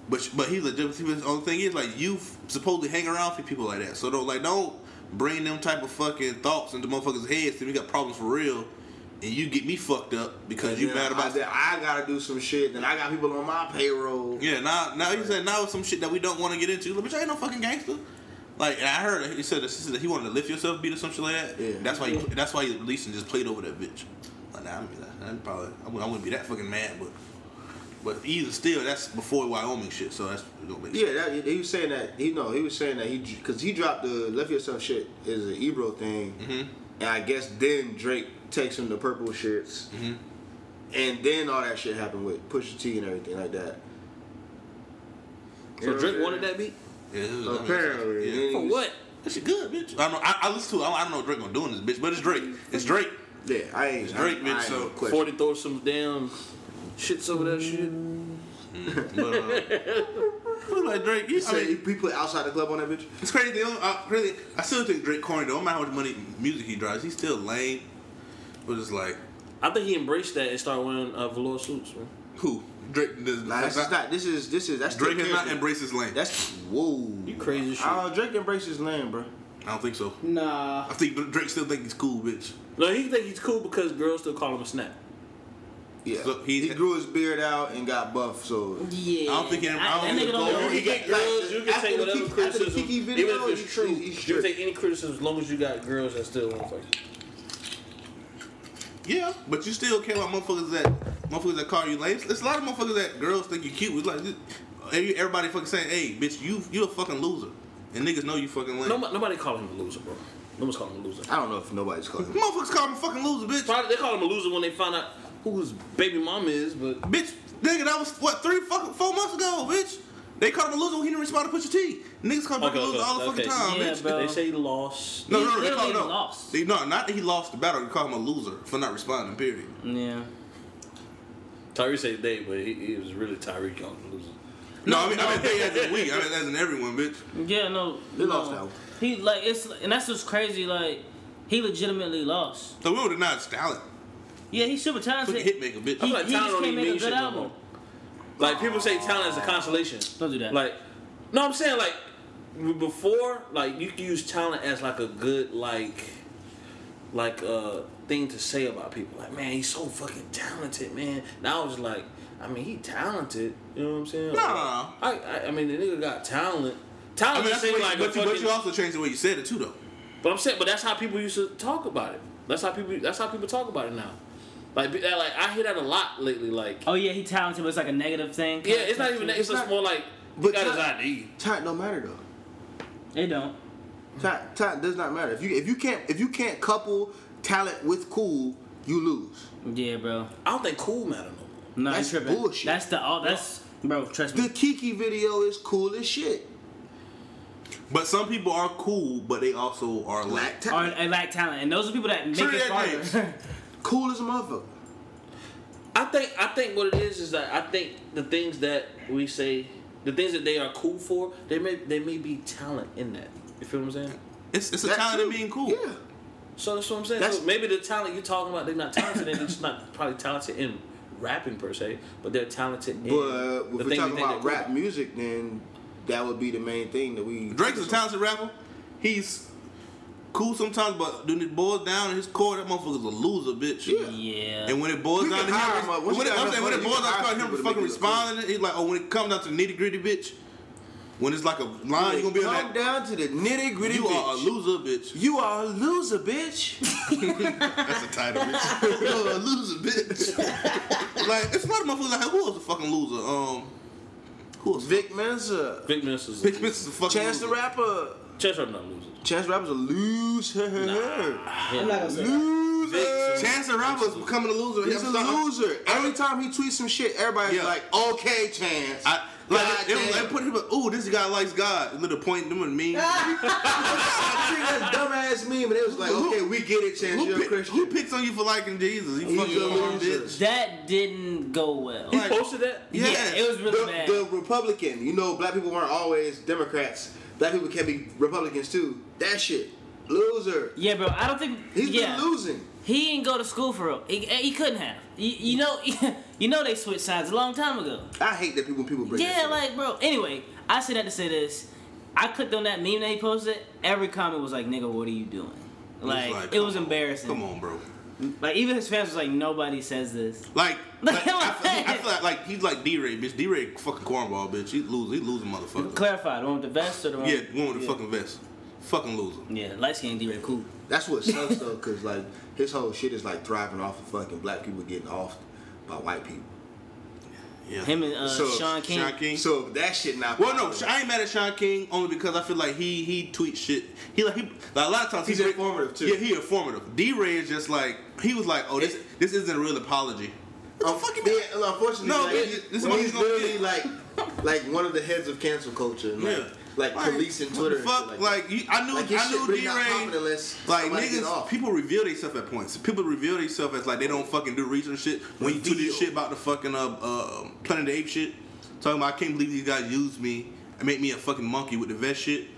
but but he legit. He was, only thing is like you f- supposedly hang around for people like that. So don't like don't bring them type of fucking thoughts into motherfuckers' heads. Then we got problems for real, and you get me fucked up because you Then mad I, about said, I gotta do some shit. Then I got people on my payroll. yeah, now now he said now it's some shit that we don't want to get into. Like, bitch, I ain't no fucking gangster. Like and I heard he said he said that he wanted to lift yourself beat or some shit like that. Yeah. That's why he, that's why he released and just played over that bitch. Like nah, I mean, that, that probably I wouldn't, I wouldn't be that fucking mad, but but even still, that's before Wyoming shit, so that's it don't make Yeah, that, he was saying that he no, he was saying that he because he dropped the left yourself shit is an Ebro thing, Mm-hmm. and I guess then Drake takes him to purple shits, Mm-hmm. and then all that shit happened with Pusha T and everything like that. So Drake wanted that beat. Yeah, it was- I mean, Apparently, yeah. For what? that shit good, bitch. I don't know. I, I listen to. it. I don't, I don't know what Drake gonna do in this bitch, but it's Drake. It's Drake. Yeah, I ain't It's Drake, I, bitch, I ain't so question. Mm. Forty throw some damn shits over that shit. But, uh, I feel like Drake. You, I Say, mean, he put outside the club on that bitch. It's crazy. They don't, I, really, I still think Drake corny though. No matter how much money music he drives, he's still lame. But it's like, I think he embraced that and started wearing uh, velour suits. Man. who Drake does Nah, that's that's just not, not. This is this is that's Drake still has not character. embraced his lane. That's whoa. You crazy as shit. Uh, Drake embraces land, bro. I don't think so. Nah, I think Drake still think he's cool, bitch. No, he think he's cool because girls still call him a snap. Yeah, So he, he- grew his beard out and got buff, so yeah. I don't think he- I don't that think nigga he- don't. you really- get girls, you can after take the whatever Kiki- after the criticism, Kiki video, even if he's- it's true. he's you straight. can take any criticism as long as you got girls that still want to fuck. you. Yeah, but you still care about motherfuckers that motherfuckers that call you lame. It's a lot of motherfuckers that girls think you cute. It's like every- everybody fucking saying, "Hey, bitch, you you a fucking loser," and niggas know you fucking lame. Nobody, nobody call him a loser, bro. No one's calling him a loser. I don't know if nobody's calling. him. motherfuckers call me fucking loser, bitch. Probably they call him a loser when they find out who his baby mama is, but Bitch, nigga, that was what three fucking four months ago, bitch. They called him a loser when he didn't respond to push your T. Niggas call him Okay, a loser okay, all the okay. fucking time, Yeah, bitch. bro. they say he lost. No, He no, no, they call literally no. lost. They, no, not that he lost the battle. They call him a loser for not responding. Period. Yeah. Tyrese said they, but he, he was really Tyreek calling him a loser. No, I mean, I mean, they as in we. I mean, as in everyone, bitch. Yeah, no. They no. lost that one. He like it's and that's what's crazy. Like he legitimately lost. So we would deny his talent. Yeah, he's super Fucking talented. hit maker, bitch. He, feel like he talent just don't can't even make a mean good shit no album. more. Like people say talent is a consolation. Don't do that. Like, no, I'm saying like w- before, like you can use talent as like a good like, like uh thing to say about people. Like, man, he's so fucking talented, man. Now I was like, I mean, he talented. You know what I'm saying? Nah. I I, I mean, the nigga got talent. Talent I mean, that's just the way, seems like but, a you, fucking, but you also changed the way you said it too, though. but I'm saying, but that's how people used to talk about it. That's how people. That's how people talk about it now. Like, be- like I hear that a lot lately. Like, oh yeah, he talented, but it's like a negative thing. yeah, it's not even. that. It's just more like he But got his talent- ID. Talent don't matter though. It don't. Talent, talent does not matter. If you if you can't if you can't couple talent with cool, you lose. Yeah, bro. I don't think cool matter no more. No, That's you tripping. bullshit. That's the all. That's bro. Trust The me. Kiki video is cool as shit. But some people are cool, but they also are Black lack. Or talent, I lack talent, and those are people that make it Trinidad farther. cool as a motherfucker. I think. I think what it is is that I think the things that we say, the things that they are cool for, they may they may be talent in that. You feel what I'm saying? It's, it's a That talent in too. being cool. Yeah. So that's what I'm saying. That's- so maybe the talent you're talking about, they're not talented, and they're just not probably talented in rapping per se, but they're talented. in But the if we're thing we talking think about they're cool rap music, then that would be the main thing that we. Drake's a talented rapper. He's cool sometimes, but when it boils down to his core, that motherfucker's a loser, bitch. Yeah. Yeah. And when it boils You down to can him, hire him up. Once when you it, got I'm enough saying, when money, it you boils can down hire to him people to fucking make it look good. responding, he's like, oh, when it comes down to the nitty gritty, bitch, when it's like a line, When you're it gonna be on that. come down to the nitty gritty. You are a loser, bitch. You are a loser, bitch. That's the title, bitch. You're a loser, bitch. like, it's a lot of motherfuckers out here. Who else a fucking loser? Um, who else? Vic Mensa, Big Minister's Bitch, bitch is a fucking Chance the loser. Rapper. Chance Rapper not losing. Chance the Rapper's a loser. I'm not gonna say that. Loser. Chance the Rapper's becoming a loser. He's a I'm sorry. loser. Every time he tweets some shit, everybody's Yeah. like, "Okay, Chance." I, like, they, they, Goddamn. they put him, ooh, this guy likes God. Little point, them and me. I seen that dumbass meme, and it was like, Who- "Okay, we get it, Chance. Who, You're a pick, who Christian." picks on you for liking Jesus? You He's fucking a loser, loser. bitch. That didn't go well. Like, Posted that? yeah, yes. it was really bad. The, the Republican, you know, black people weren't always Democrats. Black people can be Republicans too. That shit, loser. yeah, bro. I don't think He's yeah. been losing. He didn't go to school for real. He, he couldn't have. You, you know, you know they switched sides a long time ago. I hate that people when people bring. that Yeah, shit up. like bro. Anyway, I said that to say this. I clicked on that meme that he posted. Every comment was like, "Nigga, what are you doing?" Like, it come was on. embarrassing. Come on, bro. Like even his fans was like, "Nobody says this." Like, Like, like, I, feel, I feel like, like he's like D-Ray, bitch. D-Ray fucking cornball, bitch. He lose, he losing motherfucker. Clarify. The one with the vest or the one? yeah, one with the fucking vest. Fucking loser. Yeah, light skin D-Ray cool. That's what sucks though, cause like his whole shit is like thriving off of fucking black people getting off by white people. Yeah. Him and uh, So, Sean King. Sean King. So if that shit not. well, no, I ain't mad at Sean King only because I feel like he he tweets shit. He like, he, like a lot of times He's he- informative, too. Yeah, he informative. D Ray is just like he was like, oh, this this isn't a real apology. Um, yeah, well, unfortunately, No, like, bitch, this when is he's what he's literally like, like one of the heads of cancel culture, and, like, Yeah. like policing Twitter. and shit Fuck, like, like, that. you, I knew Like, his I shit knew really D not popping Ray. unless Like somebody get niggas, off. people reveal themselves at points. People reveal themselves as like they don't fucking do research shit. When you do Reveal. this shit about the fucking uh, uh Planet of the Apes shit, talking about I can't believe these guys used me and made me a fucking monkey with the vest shit.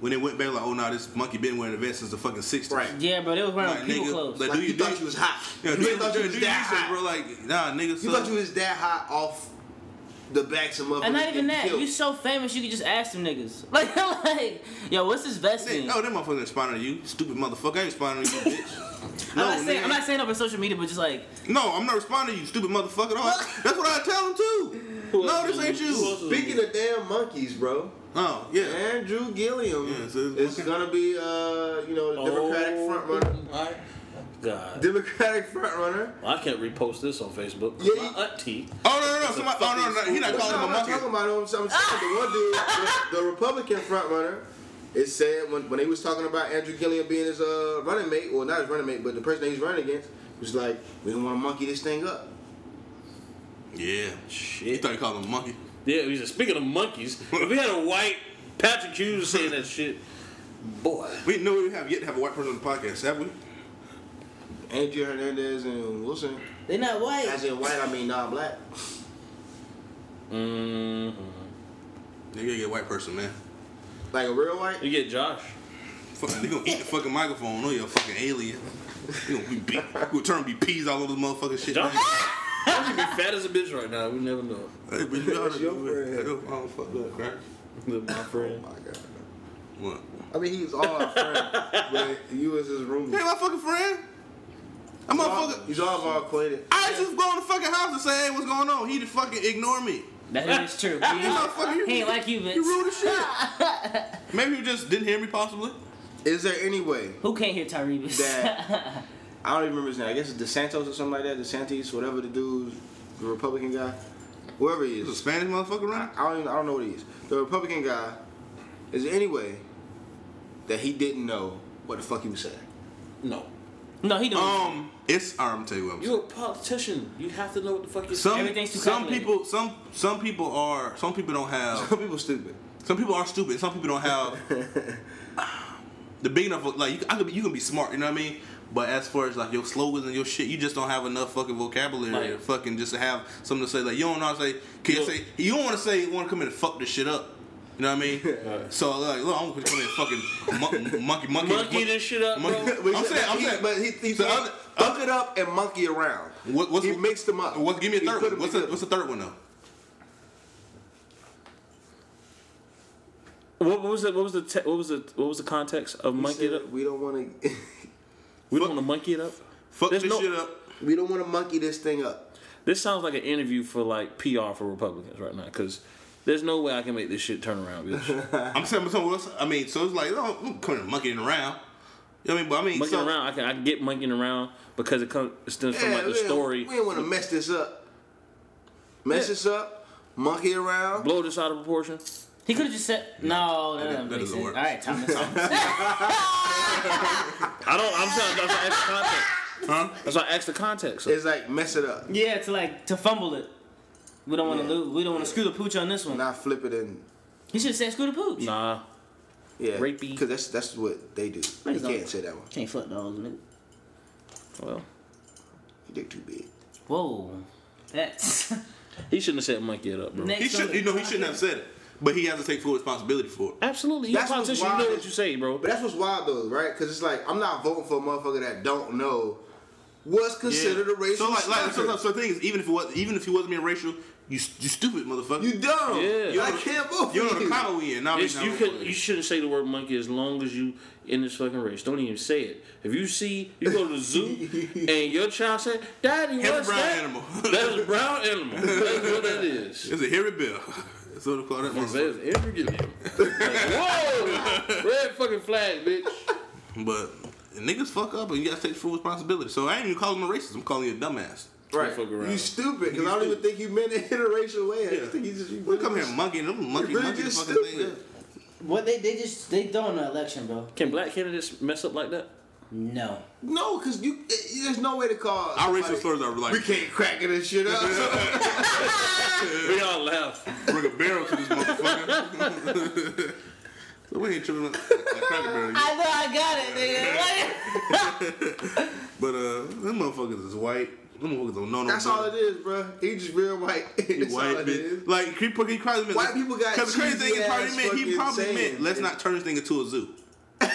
When they went back, like, oh no, this monkey been wearing the vest since the fucking sixties. Right. Yeah, bro. They was wearing Like, people nigga, clothes. like, Like, do you you thought do- you was hot. Yeah, you do, really you thought you was that hot. bro. Like, nah, nigga. You son. thought you was that hot off the backs of motherfuckers. And not even getting that. killed. You so famous, you could just ask them niggas. Like, like, yo, what's this vest Hey, thing? Oh, that motherfucker responding to you, stupid motherfucker. I ain't responding to you, bitch. I'm, not saying, nigga. I'm not saying over social media, but just like, No, I'm not responding to you, stupid motherfucker. No, that's what I tell him too. No, this ain't you. Speaking of damn monkeys, bro, Oh, yeah. Andrew Gilliam Yeah, so it's Oh. Oh is gonna be, uh, you know, the Democratic frontrunner. God. Democratic frontrunner. I can't repost this on Facebook. Yeah, my you- auntie. Oh no no no! Somebody, oh no no! no. He not No, calling no, him I'm a not talking monkey. about him. I'm saying the one dude, the, the Republican frontrunner, it said when, when they was talking about Andrew Gilliam being his uh, running mate, well, not his running mate, but the person that he's running against, was like, we don't want to monkey this thing up. Yeah, he Shit. thought he called him a monkey. Yeah, he said, speaking of monkeys, if we had a white Patrick Hughes saying that shit, boy. We know we have yet to have a white person on the podcast, have we? Andrew Hernandez and Wilson, They not white. as in white, I mean non-black. mm They gotta get a white person, man. Like a real white? You get Josh. Fucking, they gonna eat the fucking microphone. Oh, you're a fucking alien. You gonna be beat. We'll turn be peas all over the motherfucking shit. Josh, man. Josh could be fat as a bitch right now. We never know. Hey, but you oughta That's your do it. friend. I don't- I don't fuck up, right? My friend. Oh my God. What? I mean, he's all our friend, but you was his You roommate. ain't my fucking friend. I'm a fucking. He's all of our acquaintance. I just go in the fucking house and say, hey, what's going on? He just fucking ignore me. That is true. Hey, motherfucker, you, He ain't like you, you Vince. rude as shit. Maybe you just didn't hear me, possibly. Is there any way Who can't hear Tyrese? that I don't even remember his name. I guess it's DeSantos or something like that. DeSantis, whatever the dude, the Republican guy, whoever he There's a is. Spanish motherfucker I around. I don't even, I don't know what he is. The Republican guy. Is there any way that he didn't know what the fuck he was saying? No. no, he don't. Um, it's. All right, I'm gonna tell you what I'm saying. You're a politician. You have to know what the fuck you're Some, Everything's too some calculated. people, some some people are, some people don't have Some people stupid. Some people are stupid. Some people don't have the big enough like you, I could be, you can be smart. You know what I mean? But as far as like your slogans and your shit, you just don't have enough fucking vocabulary to Right. fucking just to have something to say. Like you don't know how to say. Can you Yeah. say you don't want to say want to come in and fuck this shit up. You know what I mean? So like, look, I'm gonna come in and fucking mon- monkey, monkey, Monkey this shit up, monkey. bro. I'm saying, I'm he, saying, but he, he so said, other- fuck it up and monkey around. What- what's- he mixed them up. what, give me a He third one. put them What's the, together. what's the third one though? What, what was it? What was the? Te- what was the? What was the context of He monkey it up? said, We don't want to. We don't want to monkey it up. Fuck There's this no- shit up. we don't want to monkey this thing up. This sounds like an interview for like PR for Republicans right now because there's no way I can make this shit turn around. Bitch. I'm saying, I'm saying, what's- I mean, so it's like, oh, I'm coming and monkeying around. You know what I mean? But I mean, monkeying so, around, I can I can get monkeying around because it comes it stems from Yeah, like the we don't- story. We don't want to mess this up. Mess this up, monkey around. Blow this out of proportion. He could have just said, no, that, doesn't that make doesn't sense. work. All right, Thomas. I don't. I'm saying that's why I asked the context. That's why I asked the context. It's like mess it up, yeah, to like to fumble it. We don't want to lose. We don't want to screw the pooch on this one. not flip it and He should have said screw the pooch. nah, yeah, Rapey. Because that's that's what they do. You don't. can't say that one. Can't fuck those nigga. well, You dick too big. Whoa, that's he shouldn't have said monkey it up, bro. next. He should, on the you know, he shouldn't have said it, but he has to take full responsibility for it. Absolutely, you're a That's what's politician. You know wild. what you say, bro. But that's what's wild though, right? Because it's like I'm not voting for a motherfucker that don't know what's considered a racial. So like, like so, slur. so, so the thing is, even if it was, even if he wasn't being racial, you s- you stupid motherfucker. you You, dumb. Yeah. I can't vote for you don't know the you. comma we in. Now It's- you could. You You shouldn't say the word monkey as long as you in this fucking race. Don't even say it. If you see, you go to the zoo and your child say, "Daddy, Hairy what's brown that?" animal. That is a brown animal. That's what that is. it's a hairy bill. That's what they call that That's motherfucker. every given. Like, whoa, red fucking flag, bitch. But niggas fuck up, and you gotta take full responsibility. So I ain't even calling him a racist. I'm calling you a dumbass. Right. Fuck around. You stupid. Because I don't even think you meant it in a racial way. I just think you just. You We come here monkeying, them monkey, really monkey, the just fucking thing. stupid. up. What they they just they throwing an election, bro. Can black candidates mess up like that? No. No, because you. eh, There's no way to call. Our somebody- racial slurs are like We can't crack this shit up. We all laugh. bring a barrel to this motherfucker. so we ain't tripping. Like, Cracker Barrel. I know I got it, nigga. But uh, them motherfuckers is white. Them motherfuckers don't know no. That's all it is, bro. He just real white. That's white all it bitch. is. Like he, pro- he probably meant White people got Cause the crazy thing is cheesy probably ass meant he fucking probably meant sayings. let's not turn this thing into a zoo.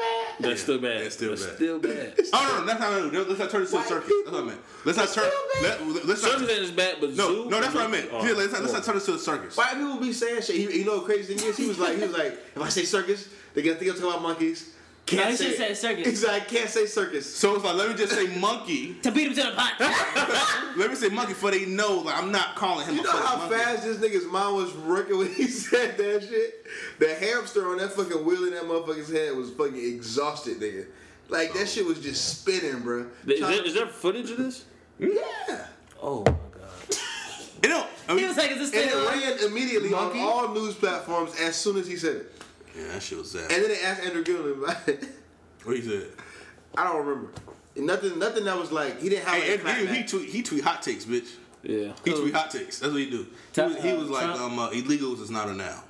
Ah, That's still bad. that's still That's bad. Still bad. Oh no, no, that's not what I meant. let's not turn this into a White circus. That's what I people. meant. Let's not turn. Let, let's Circus not. ain't as bad, but No, zoo. no, that's what I meant. Oh, Yeah, let's, not, let's not turn this to a circus. White people be saying shit. He, you know what crazy thing is? He was like, he was like, if I say circus, they gonna think I'm talking about monkeys. Can't No, he say should it. say circus. He's like, can't say circus. So it's like let me just say monkey. to beat him to the pot. Let me say monkey for they know like I'm not calling him. You a know fucking how monkey. fast this nigga's mom was working when he said that shit? The hamster on that fucking wheel in that motherfucker's head was fucking exhausted, nigga. Like that shit was just spinning, bro. Is there, is there footage of this? Yeah. Oh my god. You know, I mean, He was like, is this And it thing alive? ran immediately Monkey? on all news platforms as soon as he said it. yeah, that shit was sad. And then they asked Andrew Gillum about it. What he said? I don't remember. And nothing, nothing that was like he didn't have. Hey, like, a Andrew, he clapback. tweet, he tweet hot takes, bitch. Yeah. He tweet hot takes. That's what he do. He Tell- was, he was uh, like, Trump- um, uh, illegals is not a noun.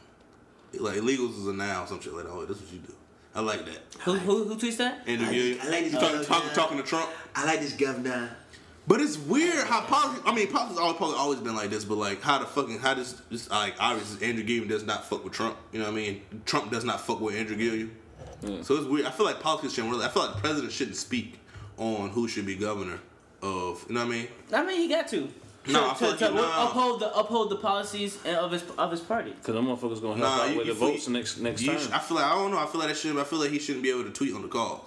Like illegals is a noun, some shit like that. Oh, that's what you do. I like that. Who, who, who tweets that? Andrew I like- Gillum. I like this He talk- guy. talk- talking to Trump. I like this governor. But it's weird how politics. I mean, politics always probably always been like this. But like, how the fucking how does this like obviously Andrew Gillum does not fuck with Trump. You know what I mean? Trump does not fuck with Andrew Gillum. So it's weird. I feel like politics shouldn't really. I feel like the president shouldn't speak on who should be governor of. You know what I mean? I mean, he got to. No, I to, feel like to you- nah. uphold the uphold the policies and of his of his party. Because them motherfuckers gonna help Nah, out you- with you the feel- votes next next You time. sh- I feel like I don't know. I feel like that should. I feel like he shouldn't be able to tweet on the calls.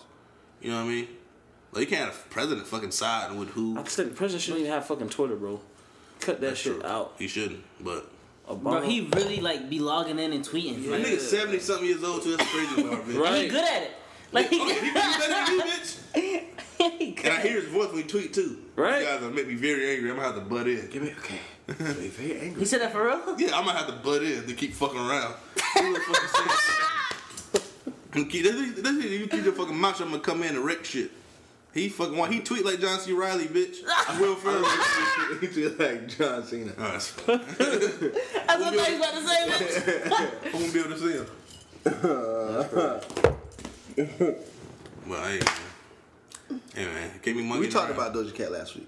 You know what I mean? Like you can't have a president fucking side with who. I said the president shouldn't even have fucking Twitter, bro. Cut that shit out. He shouldn't. But Obama, Bro, he really like be logging in and tweeting. that Like, nigga's seventy something years old too. That's crazy, about, bitch. he right? good at it. Like Oh, he, Okay, he better than you, bitch. he good And I at it. hear his voice when he tweet too. Right. You guys are make me very angry. I'm gonna have to butt in. Give me okay. Very, very angry. He said that for real. Yeah, I'm gonna have to butt in to keep fucking around. You look fucking serious. You keep- that's it- that's it. You keep your fucking mouth. shut, I'm gonna come in and wreck shit. He fucking want. He tweet like John C. Riley, bitch. Will Ferrell. he just like John Cena. All right, so I That's what I thought he was about to say. bitch. won't be able to see him. well, hey, man. Hey, man. Gave me money. We talked about Doja Cat last week,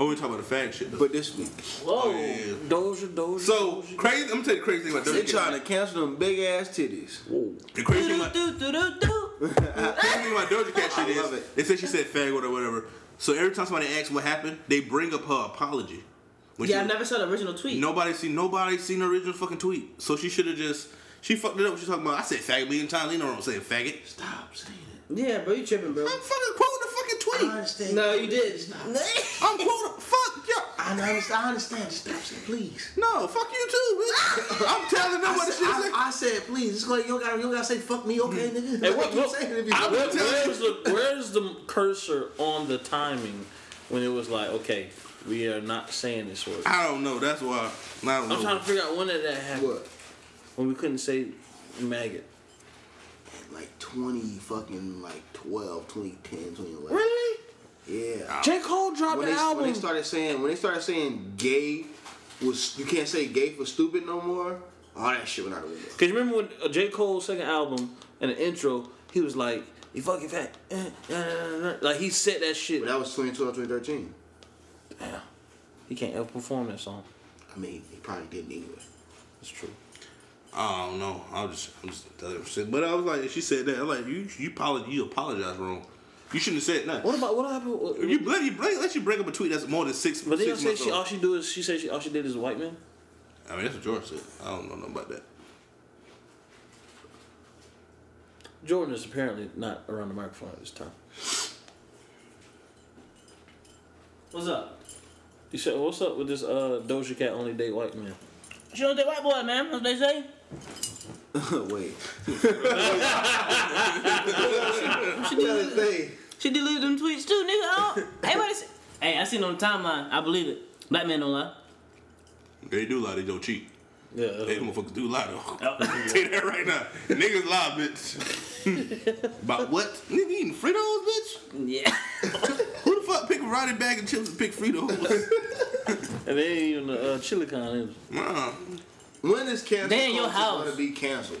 Oh, we talking about the fag shit, though. but this week oh, yeah, yeah. Doja, Doja. So, crazy. I'm gonna tell you the crazy thing about they Doja trying Cat. to cancel them big ass titties. The crazy thing about Do, do, do, do. The thing about Doja Cat shit I love is, it. they said she said faggot or whatever. So every time somebody asks what happened, they bring up her apology. When Yeah, I she- never saw the original tweet. Nobody seen nobody seen the original fucking tweet. So she should have just she fucked it up. She talking about I said faggot a million times. You know what I'm saying? Faggot. Stop saying it. Yeah, bro, you tripping, bro? I'm fucking quoting the fucking I tweet. understand. No, you did. I'm quoting. Fuck yeah. I understand. I understand. Just Stop saying please. No, fuck you too. Bitch. I'm telling them I what the said, shit I, is. I said please. It's like you don't gotta, you don't gotta say fuck me, okay, nigga. Hmm. Hey, Like, what, you what, saying it if you- I- what- where's the where's the cursor on the timing when it was like, okay, we are not saying this word. I don't know. That's why. I don't I'm trying know. to figure out when did that happen. What? When we couldn't say maggot. Like twenty fucking like 12, 2010, 2011. Really? Yeah. J. Cole dropped when the they, album. when they started saying when they started saying gay was you can't say gay for stupid no more. All that shit went out the window. Cause you remember when uh, J. Cole's second album and the intro, he was like, "You fucking fat," eh, nah, nah, nah, nah. like he said that shit. But that was 2012, 2013. He can't ever perform that song. I mean, he probably didn't anyway. It's true. I don't know. I was just, I'm just telling her shit. But I was like, she said that. I'm like, you, you, apologize, you apologize wrong. You shouldn't have said nothing. What about what happened? What, If You let you let, let you break up a tweet that's more than six. but they six say months she all old. she do is she said she all she did is white men. I mean, that's what George said. I don't know nothing about that. Jordan is apparently not around the microphone at this time. What's up? You said, "What's up with this uh, Doja Cat only date white men?" She don't date white boy, man. What they say? Wait. She Tell deleted, his face. she deleted them tweets too, nigga. I don't- Everybody. say- Hey, I seen it on the timeline. I believe it. Black man don't lie. They do lie. They don't cheat. Yeah, They motherfuckers do lie Oh. though. Say that right now. Niggas lie, bitch. about what? Nigga eating Fritos, bitch. Yeah. Who the fuck pick a Roddy bag and chips and pick Fritos? and they ain't even the uh, ChiliCon is. uh When is cancel They in your culture house. Mm-hmm. gonna be canceled?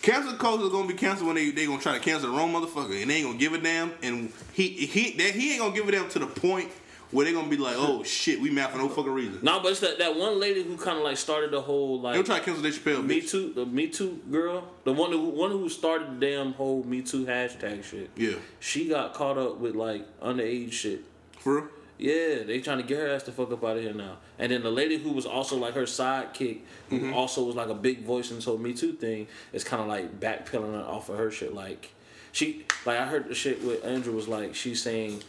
Cancel culture is gonna be canceled when they they gonna try to cancel the wrong motherfucker and they ain't gonna give a damn and he he that he ain't gonna give a damn to the point where they gonna be like oh shit we mad for no fucking reason. No, but it's that, that one lady who kind of like started the whole They like gonna try to cancel Dave Chappelle. Me Bitch. Too, the Me Too girl, the one who one who started the damn whole Me Too hashtag shit. Yeah, She got caught up with like underage shit. for real. Yeah, they trying to get her ass the fuck up out of here now. And then the lady who was also like her sidekick, who Mm-hmm. also was like a big voice in this whole Me Too thing, is kind of like backpedaling her off of her shit. Like she, like I heard the shit with Andrew was like she's saying,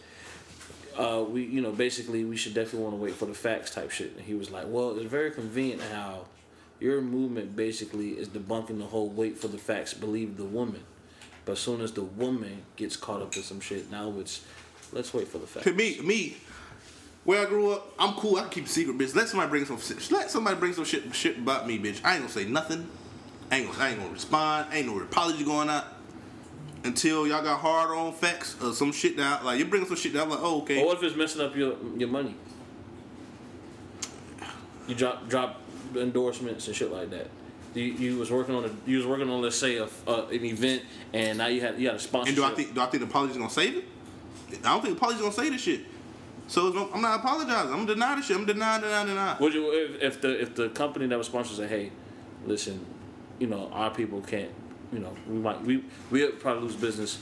uh, we you know basically we should definitely want to wait for the facts type shit. And he was like, well, it's very convenient how your movement basically is debunking the whole wait for the facts, believe the woman But as soon as the woman gets caught up in some shit, now it's let's wait for the fact. To me, me, where I grew up, I'm cool. I can keep a secret, bitch. Let somebody bring some. shit- Let somebody bring some shit, shit about me, bitch. I ain't gonna say nothing. I ain't gonna, I ain't gonna respond. ain't no apology going out until y'all got hard on facts or some shit down. Like you're bringing some shit down. I'm like, oh okay. But what if it's messing up your your money? You drop drop endorsements and shit like that. You, you was working on a, you was working on let's say a, uh, an event and now you had you had a sponsor. And do I think do I think the apology's gonna save it? I don't think the apology's gonna say this shit. So it's gonna, I'm not apologizing. I'm gonna deny this shit. I'm denying, denying, denying. Would you if, if the if the company that was sponsored said, hey, listen, you know our people can't, you know we might we we will probably lose business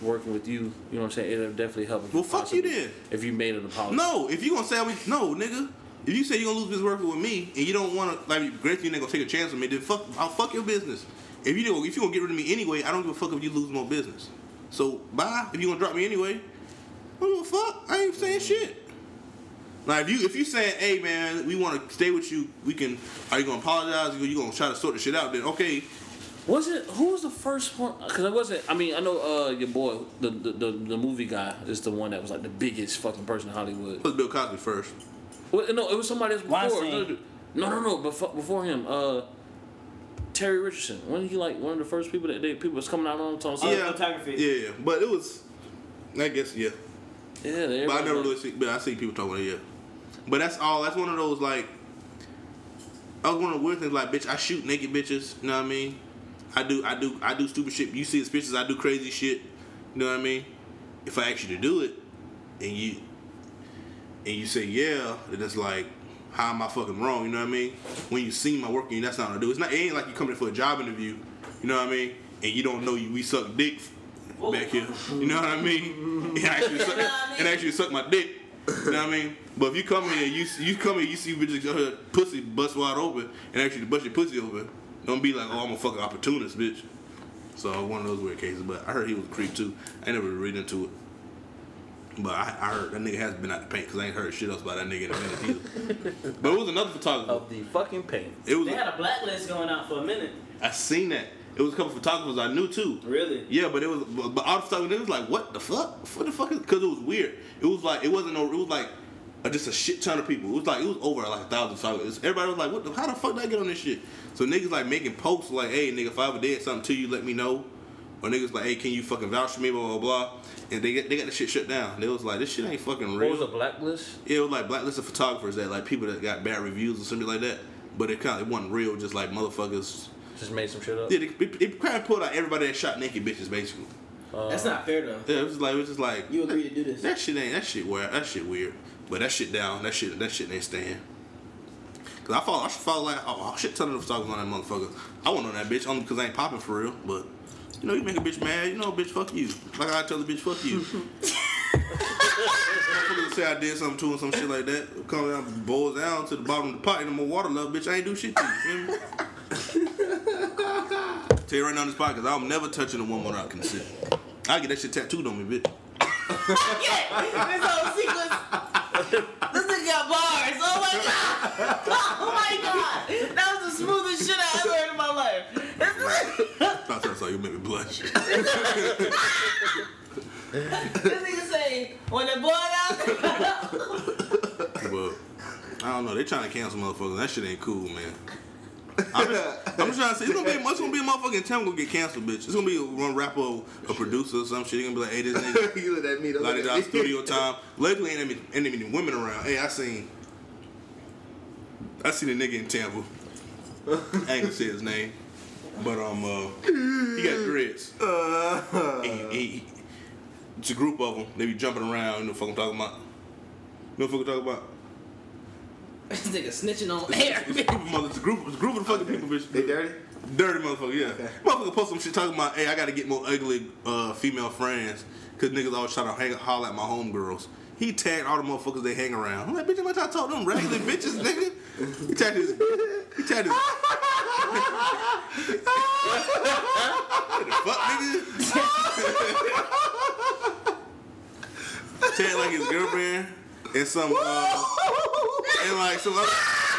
working with you. You know what I'm saying? It'll definitely help. if Well, fuck you then. If you made an apology. No, if you gonna say me, no, nigga. If you say you gonna lose business working with me and you don't wanna like gratefully you ain't gonna take a chance with me, then fuck I'll fuck your business. If you don't, if you gonna get rid of me anyway, I don't give a fuck if you lose more business. So bye. If you gonna drop me anyway, I don't give a fuck. I ain't saying shit. Now if you if you saying, hey man, we wanna stay with you, we can are you gonna apologize? You you gonna try to sort the shit out, then okay, Was it who was the first one? Because I wasn't. I mean, I know uh, your boy, the, the the the movie guy, is the one that was like the biggest fucking person in Hollywood. let's Bill Cosby first. Well, no, it was somebody else before. Weinstein. No, no, no, before, before him, uh, Terry Richardson. Wasn't he like one of the first people that they people was coming out on? Talking Yeah. photography. Yeah, yeah, but it was. I guess yeah, yeah. they- but I never really see. But I see people talking. Yeah, but that's all. That's one of those like. I was one of the weird things. Like, bitch, I shoot naked bitches. You know what I mean? I do, I do, I do stupid shit. You see his pictures. I do crazy shit. You know what I mean? If I ask you to do it, and you, and you say yeah, then it's like, how am I fucking wrong? You know what I mean? When you see my work, and that's not how to do. It's not. It ain't like you coming in for a job interview. You know what I mean? And you don't know you we suck dick back here. You know what I mean? And actually, suck, and actually suck my dick. You know what I mean? But if you come here, you you come here, you see bitches out here pussy bust wide open, and actually bust your pussy open. Don't be like, oh, I'm a fucking opportunist, bitch. So one of those weird cases. But I heard he was a creep too. I ain't never read into it. But I, I heard that nigga has been out the paint because I ain't heard shit else about that nigga in a minute either. but it was another photographer. of the fucking pain. It was They had a blacklist going out for a minute. I seen that. It was a couple photographers I knew too. Really? Yeah, but it was but but all the stuff it was like what the fuck? What the fuck? Because it was weird. It was like it wasn't no. It was like uh, just a shit ton of people. It was like it was over like a thousand followers. Everybody was like, what? The, how the fuck did I get on this shit? So niggas like making posts like, hey nigga, if I ever did something to you, let me know. Or niggas like, hey, can you fucking vouch for me? Blah blah blah. And they get they got the shit shut down. They was like, this shit ain't fucking real. What was a blacklist? Yeah, it was like blacklist of photographers that like people that got bad reviews or something like that. But it kind of it wasn't real. Just like motherfuckers. Just made some shit up. Yeah, they, they, kind of pulled out everybody that shot naked bitches basically. That's not fair though. Yeah, it was like it was just like You agree to do this. That shit ain't that shit weird. That shit weird. But that shit down. That shit. That shit ain't staying. Cause I follow. I should follow like oh shit ton of the talking on that motherfucker. I want on that bitch only because I ain't popping for real. But you know you make a bitch mad. You know bitch fuck you. Like I tell the bitch fuck you. Motherfucker Say I did something to him, some shit like that. Come down, boils down to the bottom of the pot, and I'm a water love, bitch. I ain't do shit to you. you. feel me? Tell you right now on this podcast, I'm never touching a woman I can see. I get that shit tattooed on me, bitch. Yeah, this whole sequence. This nigga got bars. Oh my god. Oh my god. That was the smoothest shit I ever heard in my life. This Thought that's how you make me blush. this nigga say, when the boy out But I don't know. They trying to cancel motherfuckers. That shit ain't cool, man. I'm just, I'm just trying to say it's gonna be it's gonna be a motherfucking town gonna get canceled, bitch. It's gonna be one rapper, a producer, or some shit. They gonna be like, hey, this nigga, you look at me. Don't lot look of at me. dollars studio time. Luckily, ain't any ain't any women around. Hey, I seen, I seen a nigga in Tampa. I ain't gonna say his name, but um, uh, he got dreads. And he- he- it's a group of them. They be jumping around. You know what I'm talking about? You know what I'm talking about? This nigga snitching on air. It's a group of mother- it's a group, it's a group of fucking people, bitch. They dirty? Dirty motherfucker, yeah. Motherfucker post some shit talking about, hey, I gotta get more ugly uh, female friends, cause niggas always try to hang, holler at my homegirls. He tagged all the motherfuckers they hang around. I'm like, bitch, how much I told them regular bitches, nigga? He tagged his, he tagged his. What the fuck, nigga? tagged like his girlfriend and some, uh, and like some other.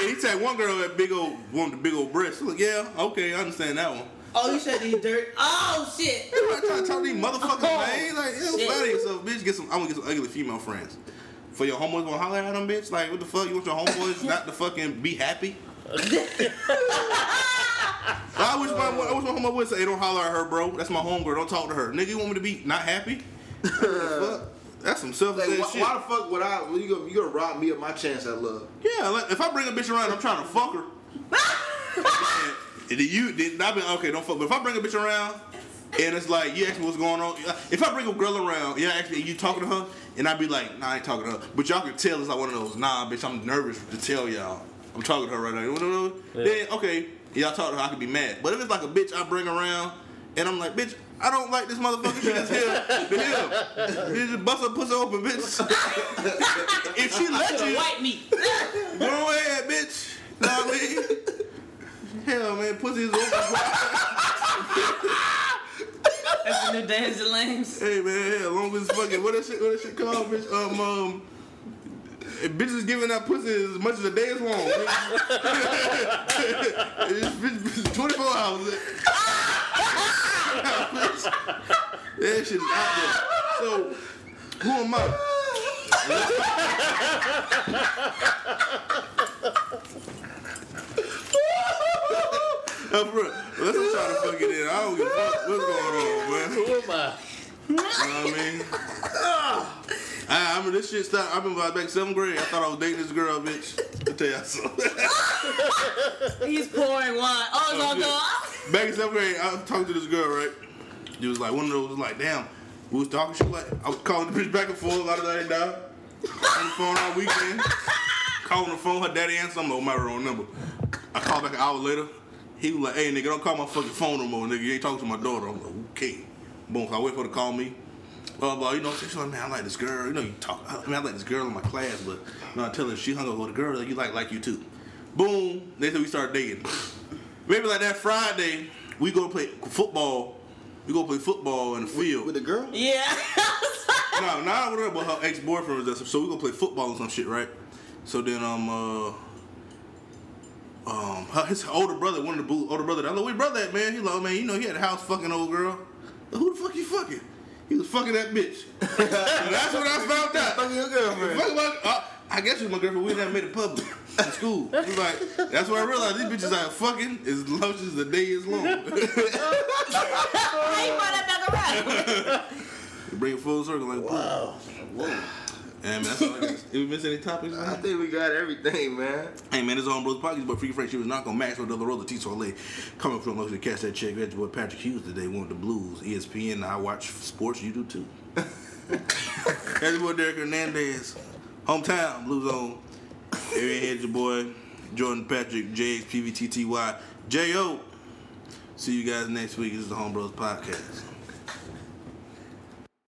And he tagged one girl with that big old woman, the big old breasts. Look, yeah, okay, I understand that one. Oh, you said these dirt. Oh shit. I'm trying to talk to these motherfuckers, Oh. man. Like, you know, out of yourself, bitch. Get some. I'm gonna get some ugly female friends. For your homeboys wanna holler at them, bitch. Like, what the fuck? You want your homeboys not to fucking be happy? I wish my I wish my homeboy would say, "Hey, don't holler at her, bro. That's my homegirl. Don't talk to her, nigga. You want me to be not happy? What the fuck? That's some selfish Like, ass why, shit. why the fuck would I? You gonna, you gonna rob me of my chance at love? Yeah, like, if I bring a bitch around, I'm trying to fuck her. and then you, then I've been okay. Don't fuck. But if I bring a bitch around, and it's like you ask me what's going on. If I bring a girl around, yeah, actually, you talking to her, and I'd be like, Nah, I ain't talking to her. But y'all can tell it's like one of those. Nah, bitch, I'm nervous to tell y'all. I'm talking to her right now. You know what I mean? Then okay, y'all talk to her. I could be mad. But if it's like a bitch I bring around, and I'm like, bitch. I don't like this motherfucker shit that's here. To him. Bitch, just bust her pussy open, bitch. if she let you, White meat. Go ahead, bitch. Know what I mean? Hell, man, pussy is open. That's the new Dance of Lames. hey, man, hell, long as fucking what that shit, what that shit called, bitch. Um, um, if bitches giving that pussy as much as a day is long. bitch. It's bitch- bitch, Twenty-four hours. that shit is out there. So, who am I? Uh, bro, let's not try to fuck it in. I don't give a fuck what's going on, man. Who am I? You know what I mean? I, I remember this shit started. I remember I was back seventh grade. I thought I was dating this girl, bitch. I tell y'all something. He's pouring wine. Oh, it's all gone. back in seventh grade, I was talking to this girl, right? It was like one of those was like, damn, we was talking shit like I was calling the bitch back and forth, a lot of that down. On the phone all weekend. calling the phone, her daddy answered, I'm like, oh, my wrong number. I called back an hour later. He was like, hey nigga, don't call my fucking phone no more, nigga. You ain't talking to my daughter. I'm like, okay. Boom, so I wait for her to call me. Blah blah, you know, she's like, man, I like this girl. You know, you talk. I mean, I like this girl in my class, but you know, I tell her she hung up with a girl that you like, like you too. Boom, they said we started dating. Maybe like that Friday, we go play football. We go play football in the field. With the girl? Yeah. No, not with her, but her ex boyfriend was there. So we gonna play football or some shit, right? So then um uh um her- his older brother, one of the boo- older brother, I like, where your brother at man? He like, "Oh, man, you know he had a house fucking old girl. Like, Who the fuck you fucking? He was fucking that bitch. And that's what I found out. Fucking your girlfriend. Fuck my, uh, I guess it was my girlfriend. We never made it public in school. It was like that's when I realized these bitches are fucking as long as the day is long. How you brought that back around? Bring it full circle like wow. And man, that's all I got. If we miss any topics, man. I think we got everything, man. Hey man, this is on Brothers Podcast, but Free Frank, she was not gonna match with the roller T Soleil. Coming from Luxury Cash That Check, we had your boy Patrick Hughes today, one of the blues, E ESPN. I watch sports, you do too. That's your boy Derek Hernandez, hometown, Blue Zone. Area head, your boy Jordan Patrick, JXPVTTY, JO. See you guys next week. This is the Home Bros Podcast.